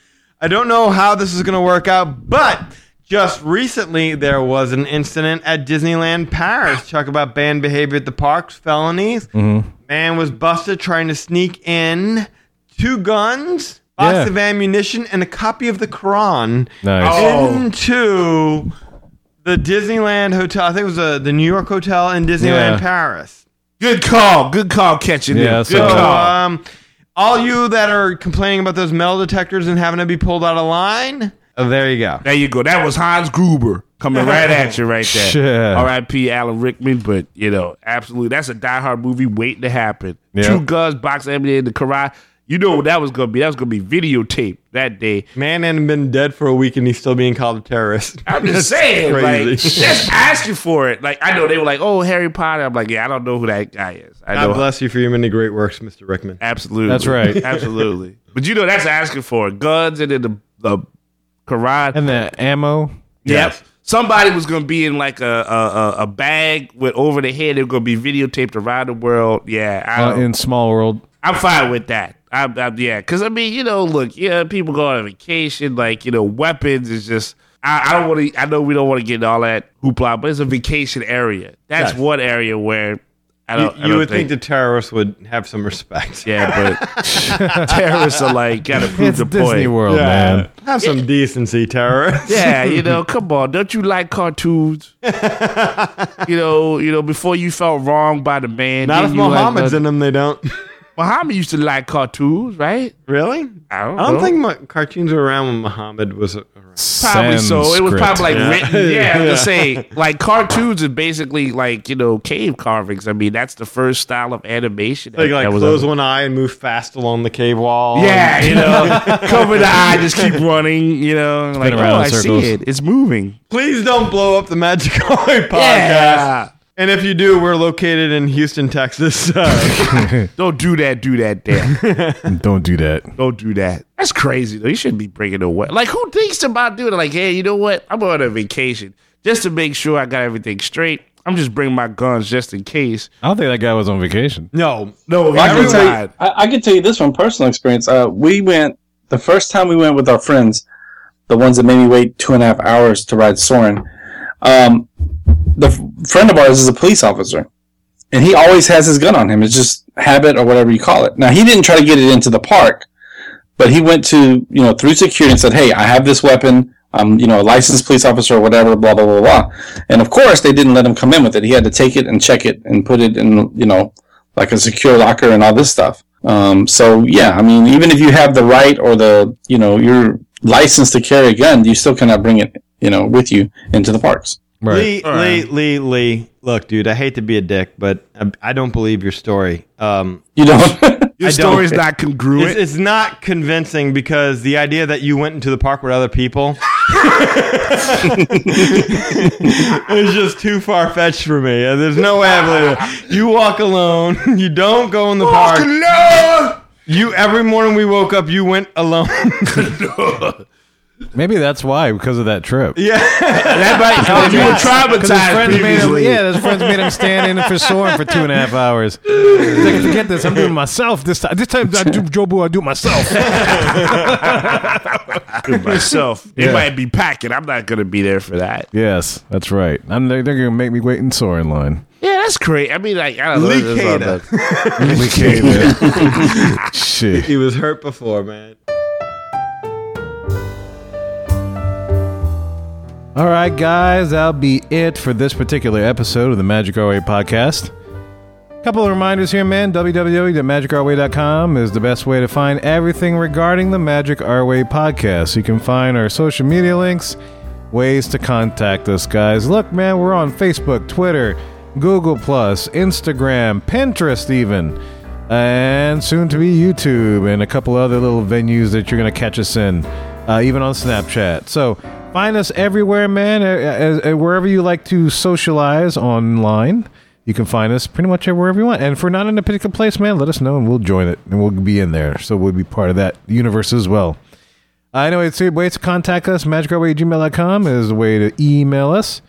S2: I don't know how this is going to work out. But just recently, there was an incident at Disneyland Paris. Talk about banned behavior at the parks, felonies. Man was busted trying to sneak in two guns, box
S1: Yeah.
S2: of ammunition, and a copy of the Quran
S1: Nice.
S4: Oh.
S2: into the Disneyland hotel. I think it was uh the New York hotel in
S1: Yeah.
S2: Disneyland Paris.
S4: Good call. Good call catching
S1: Yeah,
S4: it.
S1: so-
S4: Good
S2: So,
S4: call.
S2: um, all you that are complaining about those metal detectors and having to be pulled out of line, oh, there you go.
S4: There you go. That was Hans Gruber coming right at you right there.
S1: Sure.
S4: R.I.P. Alan Rickman, but you know, absolutely, that's a Die Hard movie waiting to happen.
S1: Yeah.
S4: Two guns, box of ammunition, the karate. You know what that was gonna be? That was gonna be videotaped that day.
S2: Man hadn't been dead for a week and he's still being called a terrorist.
S4: I'm just saying, like,
S2: crazy.
S4: just asking for it. Like, I know they were like, "Oh, Harry Potter." I'm like, "Yeah, I don't know who that guy is." I know,
S2: God bless you for your many great works, Mr. Rickman.
S4: absolutely,
S1: That's right.
S4: absolutely. But you know, that's asking for it. guns and then the the karate.
S1: And the ammo.
S4: Yep. Somebody was going to be in like a, a a- a bag with over the head. They're going to be videotaped around the world. Yeah, I,
S1: Uh, in Small World.
S4: I'm fine with that. I'm, I'm yeah, because I mean, you know, look, yeah, people go on vacation, like you know, weapons is just. I, I don't want to. I know we don't want to get into all that hoopla, but it's a vacation area. That's
S2: Yes.
S4: one area where I
S2: You,
S4: don't. I
S2: you
S4: don't
S2: would think, the terrorists would have some respect.
S4: yeah, but terrorists are like gotta prove
S1: It's
S4: the
S1: Disney
S4: point.
S1: World, man.
S2: Uh, Have some decency, terrorists.
S4: Yeah, you know, come on. Don't you like cartoons? you know, you know, before you felt wrong by the man.
S2: Not
S4: then
S2: if
S4: you like-
S2: Muhammad's in them, they don't.
S4: Muhammad used to like cartoons, right?
S2: really?
S4: I don't,
S2: I don't
S4: know.
S2: think my, cartoons were around when Muhammad was around.
S4: probably so. It was
S1: Sanskrit.
S4: probably like
S2: Yeah.
S4: written. Yeah, I'm just
S2: Yeah.
S4: saying, like cartoons is basically like you know cave carvings. I mean, that's the first style of animation.
S2: They
S4: that-
S2: like
S4: that was
S2: close
S4: ever-
S2: one eye and move fast along the cave wall.
S4: Yeah, you know, cover the eye, just keep running. You know, like oh,
S1: around in
S4: I
S1: circles.
S4: see it. It's moving.
S2: Please don't blow up the Magic Eye podcast.
S4: Yeah.
S2: And if you do, we're located in Houston, Texas. Uh,
S4: Don't do that. Do that. There.
S1: Don't do that.
S4: Don't do that. That's crazy though. You shouldn't be bringing it away. Like, who thinks about doing it? Like, hey, you know what? I'm on a vacation just to make sure I got everything straight. I'm just bringing my guns just in case.
S1: I don't think that guy was on vacation.
S2: no,
S4: No,
S3: Well, I
S4: every
S3: can tell
S4: time.
S3: you, I, I can tell you this from personal experience. Uh, we went the first time we went with our friends, the ones that made me wait two and a half hours to ride Soren. Um, the f- friend of ours is a police officer, and he always has his gun on him. It's just habit or whatever you call it. Now he didn't try to get it into the park, but he went to you know through security and said, "Hey, I have this weapon." I'm, you know, a licensed police officer or whatever, blah, blah, blah, blah. And of course, they didn't let him come in with it. He had to take it and check it and put it in, you know, like a secure locker and all this stuff. Um, so yeah, I mean, even if you have the right or the you know you're licensed to carry a gun, you still cannot bring it you know with you into the parks.
S1: Right.
S2: Lee, Lee, Lee, Lee. Look, dude, I hate to be a dick, but I, I don't believe your story. Um,
S3: You don't.
S4: Your
S2: I don't-
S4: story's not congruent.
S2: it's, it's not convincing because the idea that you went into the park with other people is just too far fetched for me. Uh, There's no way I believe it. You walk alone. You don't go in the park. You every morning we woke up, you went alone.
S1: Maybe that's why, because of that trip.
S4: That might help. You were traumatized
S1: friends made him,
S4: previously.
S1: yeah, his friends made him stand in for Soren for two and a half hours. He's like, forget this. I'm doing it myself this time. This time, I do Jobu. I do it myself.
S4: myself. They
S1: Yeah.
S4: might be packing. I'm not gonna be there for that.
S1: yes, that's right. I'm, they're going to make me wait in Soren line.
S4: Yeah, that's great. I mean, like I don't know.
S2: Lee
S4: That's all
S2: Cater.
S4: that-
S1: We came in. Shit.
S2: he was hurt before, man.
S1: All right, guys, that'll be it for this particular episode of the Magic Our Way podcast. Couple of reminders here, man. www.magicourway.com is the best way to find everything regarding the Magic Our Way podcast. You can find our social media links, ways to contact us, guys. Look, man, we're on Facebook, Twitter, Google Plus, Instagram, Pinterest, even, and soon to be YouTube and a couple other little venues that you're gonna catch us in, uh, even on Snapchat. So find us everywhere, man. uh, uh, uh, Wherever you like to socialize online, you can find us pretty much wherever you want. And if we're not in a particular place, man, let us know and we'll join it and we'll be in there. So we'll be part of that universe as well. I know Uh, it's ways to contact us. MagicRoadway@gmail.com is the way to email us.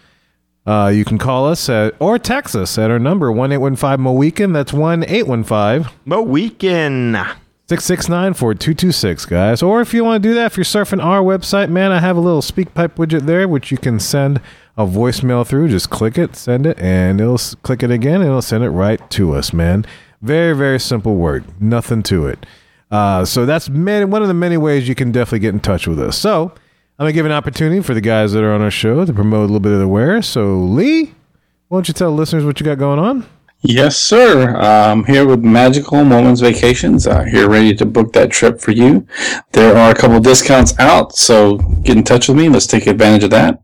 S1: Uh, you can call us at, or text us at our number one eight one five Moweekend. That's one eight one five
S2: But weekend.
S1: 669-4226, guys. Or if you want to do that, if you're surfing our website, man, I have a little SpeakPipe widget there, which you can send a voicemail through. Just click it, send it, and it'll s- click it again, and it'll send it right to us, man. Very, very simple word. Nothing to it. Uh, so that's many, one of the many ways you can definitely get in touch with us. So I'm going to give an opportunity for the guys that are on our show to promote a little bit of the wear. So, Lee, why don't you tell listeners what you got going on?
S3: Yes, sir. I'm here with Magical Moments Vacations. Uh, here, ready to book that trip for you. There are a couple discounts out, so get in touch with me. Let's take advantage of that.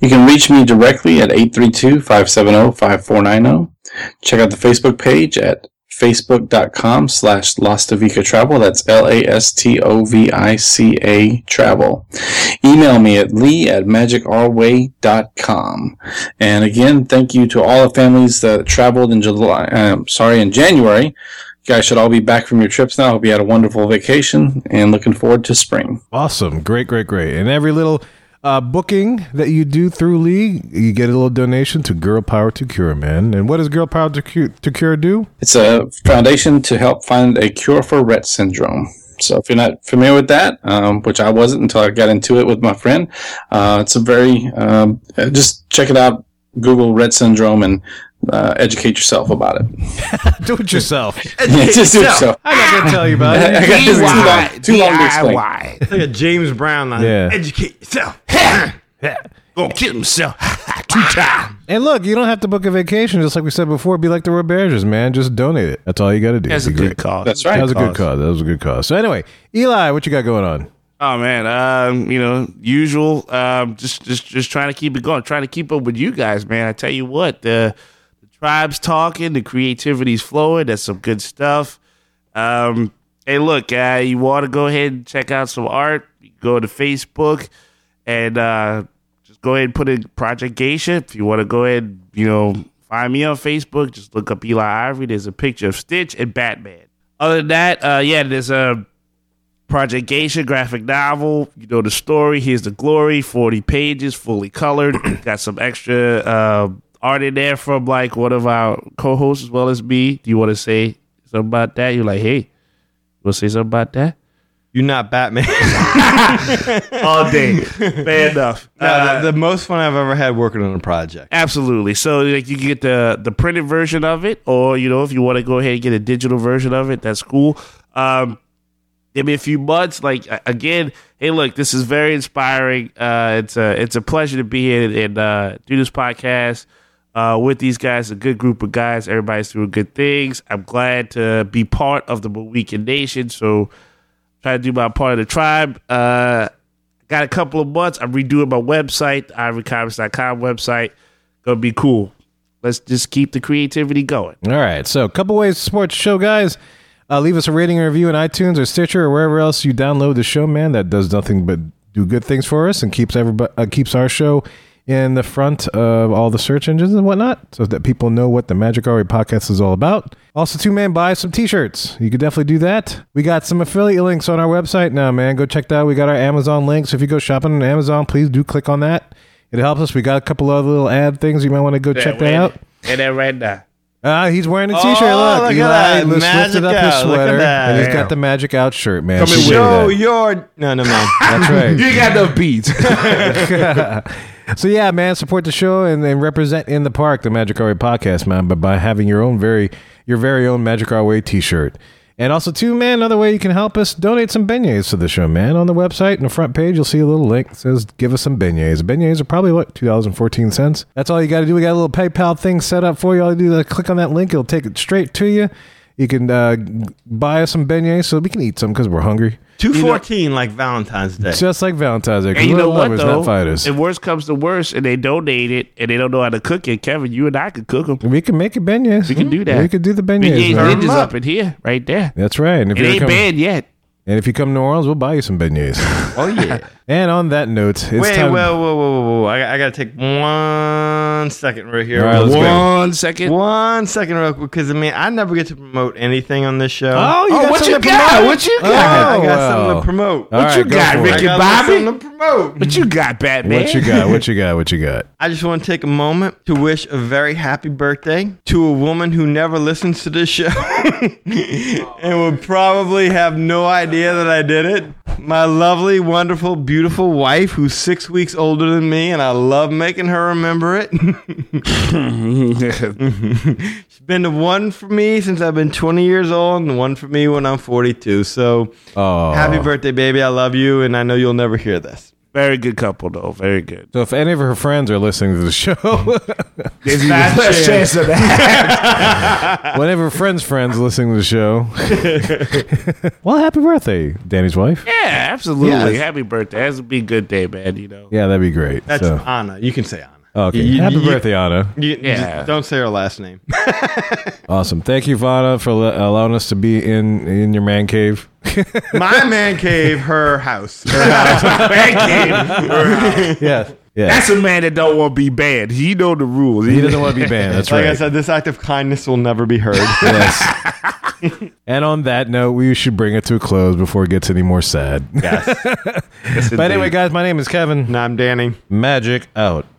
S3: You can reach me oh, directly at 832 570 5490. Check out the Facebook page at facebook.com slash lastavica travel that's l-a-s-t-o-v-i-c-a travel email me at lee at magicourway.com and again thank you to all the families that traveled in july um, sorry in january you guys should all be back from your trips now hope you had a wonderful vacation and looking forward to spring
S1: Awesome. Great, great, great. And every little uh, booking that you do through Lee, you get a little donation to Girl Power to Cure, man. And what does Girl Power to Cure, to Cure do?
S3: it's a foundation to help find a cure for Rett syndrome. So, if you're not familiar with that, um, which I wasn't until I got into it with my friend, uh, it's a very um, uh, just check it out. Google Rett syndrome and uh, educate yourself about it.
S1: Do it yourself.
S3: just do it yourself.
S1: I'm not going to tell you about
S3: I
S1: it.
S3: got this too long, too long to explain.
S4: DIY.
S2: It's like a James Brown line.
S1: Yeah.
S2: Educate yourself.
S4: Gonna kill himself two times.
S1: And look, you don't have to book a vacation. Just like we said before, be like the Roberges, man. Just donate it. That's all you got to do.
S4: That's a
S1: Be
S4: good
S1: great.
S4: call.
S3: That's
S1: That was a
S3: right.
S1: good cause. That was a good cause. So anyway, Eli, what you got going on?
S4: Oh man, um, you know, usual. Um, just, just, just trying to keep it going, trying to keep up with you guys, man. I tell you what, the, the tribes talking, the creativity's flowing. That's some good stuff. Um, hey, look, uh, you want to go ahead and check out some art? You can go to Facebook and uh, just go ahead and put in Project Geisha. If you want to go ahead, and, you know, find me on Facebook. Just look up Eli Ivory. There's a picture of Stitch and Batman. Other than that, uh, yeah, there's a. Project Geisha graphic novel. You know the story. Here's the glory. Forty pages, fully colored. Got some extra uh, art in there from like one of our co-hosts as well as me. Do you want to say something about that? You're like, hey, you want to say something about that?
S2: You're not Batman.
S4: All day, fair enough.
S2: No,
S4: Uh,
S2: the, the most fun I've ever had working on a project.
S4: Absolutely. So like you can get the the printed version of it, or you know if you want to go ahead and get a digital version of it, that's cool. Um, give me a few months. Like a- again, hey, look, this is very inspiring. Uh, it's a it's a pleasure to be here and, uh, do this podcast uh, with these guys. A good group of guys. Everybody's doing good things. I'm glad to be part of the Weekend Nation. So try to do my part of the tribe. Uh, got a couple of months. I'm redoing my website, the ivorycomics.com website. Gonna be cool. Let's just keep the creativity going.
S1: All right. So, a couple ways to support the show, guys. Uh, leave us a rating and review in iTunes or Stitcher or wherever else you download the show, man. That does nothing but do good things for us and keeps everybody, uh, keeps our show in the front of all the search engines and whatnot so that people know what the Magic Hour podcast is all about. Also, too, man, buy some t shirts. You could definitely do that. We got some affiliate links on our website now, man. Go check that out. We got our Amazon links. If you go shopping on Amazon, please do click on that. It helps us. We got a couple other little ad things. You might want to go check that out.
S4: And then right now.
S1: Ah, he's wearing a
S2: Oh,
S1: t-shirt. look,
S2: look at
S1: Eli
S2: that.
S1: lifts- lifted up his
S2: Magic out. Look at
S1: sweater,
S2: that.
S1: and he's
S4: Damn.
S1: got the magic out shirt, man.
S4: Come and
S1: She
S4: wear
S2: Show
S1: did
S2: your no, no, man.
S1: that. That's right.
S4: You got no beats.
S1: so yeah, man, support the show and, and represent in the park the Magic Our Way podcast, man. But by having your own very your very own Magic Our Way t-shirt, and also too, man, another way you can help us donate some beignets to the show, man. On the website, in the front page, you'll see a little link that says "Give us some beignets." Beignets are probably what two dollars and fourteen cents. That's all you got to do. We got a little PayPal thing set up for you. All you do is click on that link; it'll take it straight to you. You can uh, buy us some beignets so we can eat some because we're hungry.
S2: Two fourteen, like Valentine's Day.
S1: Just like Valentine's Day, 'cause
S4: and you
S1: we're
S4: know what
S1: lovers,
S4: though?
S1: not fighters.
S4: If worse comes to worse and they donate it and they don't know how to cook it, Kevin, you and I could cook them.
S1: We can make it beignets. Hmm?
S4: We can do that.
S1: We can do the beignets.
S4: Beignets
S1: man.
S4: ninjas up in here, right there.
S1: That's right. And if,
S4: It
S1: you
S4: ain't
S1: come,
S4: bad yet.
S1: and if you come to New Orleans, we'll buy you some beignets.
S2: oh yeah.
S1: and on that note, it's
S2: Wait, whoa,
S1: time.
S2: whoa, whoa, whoa, whoa! I, I gotta take one second right here.
S1: All right, let's go.
S4: One second.
S2: One second, real quick, because I mean, I never get to promote anything on this show.
S4: Oh, what you got? What you
S1: Oh,
S4: got?
S2: I got something
S1: well.
S2: to promote.
S1: All
S4: What you
S1: right, go
S4: got,
S1: for it.
S4: Ricky
S2: I got
S4: Bobby?
S2: something to promote.
S4: What you got, Batman?
S1: What you got? What you got? What you got?
S2: I just want to take a moment to wish a very happy birthday to a woman who never listens to this show and would probably have no idea that I did it. My lovely, wonderful, beautiful wife who's six weeks older than me, and I love making her remember it. She's been the one for me since I've been 20 years old and the one for me when I'm 42. So
S1: Oh,
S2: happy birthday, baby. I love you, and I know you'll never hear this.
S4: Very good couple though. Very good.
S1: So if any of her friends are listening to the show,
S4: There's not a chance of that.
S1: whenever friends' friends listening to the show, well, happy birthday, Danny's wife.
S4: Yeah, absolutely.
S2: Yes.
S4: Happy birthday. That's a be a good day, man. You know.
S1: Yeah, that'd be great.
S2: That's
S1: So-
S2: Anna. You can say Anna.
S1: Okay.
S2: You-
S1: Happy
S2: you-
S1: birthday, Anna.
S2: You,
S4: Yeah.
S2: just don't say her last name.
S1: Awesome. Thank you, Vana, for le- allowing us to be in in your man cave.
S2: My man cave, her house.
S4: That kid.
S1: yes. Yeah.
S4: That's a man that don't want to be banned. He know the rules.
S1: He doesn't want to be banned. That's
S2: like I
S1: right.
S2: said, this act of kindness will never be heard.
S1: Yes. and on that note, we should bring it to a close before it gets any more sad.
S2: yes.
S1: but anyway, guys, my name is Kevin.
S2: And I'm Danny.
S1: Magic out.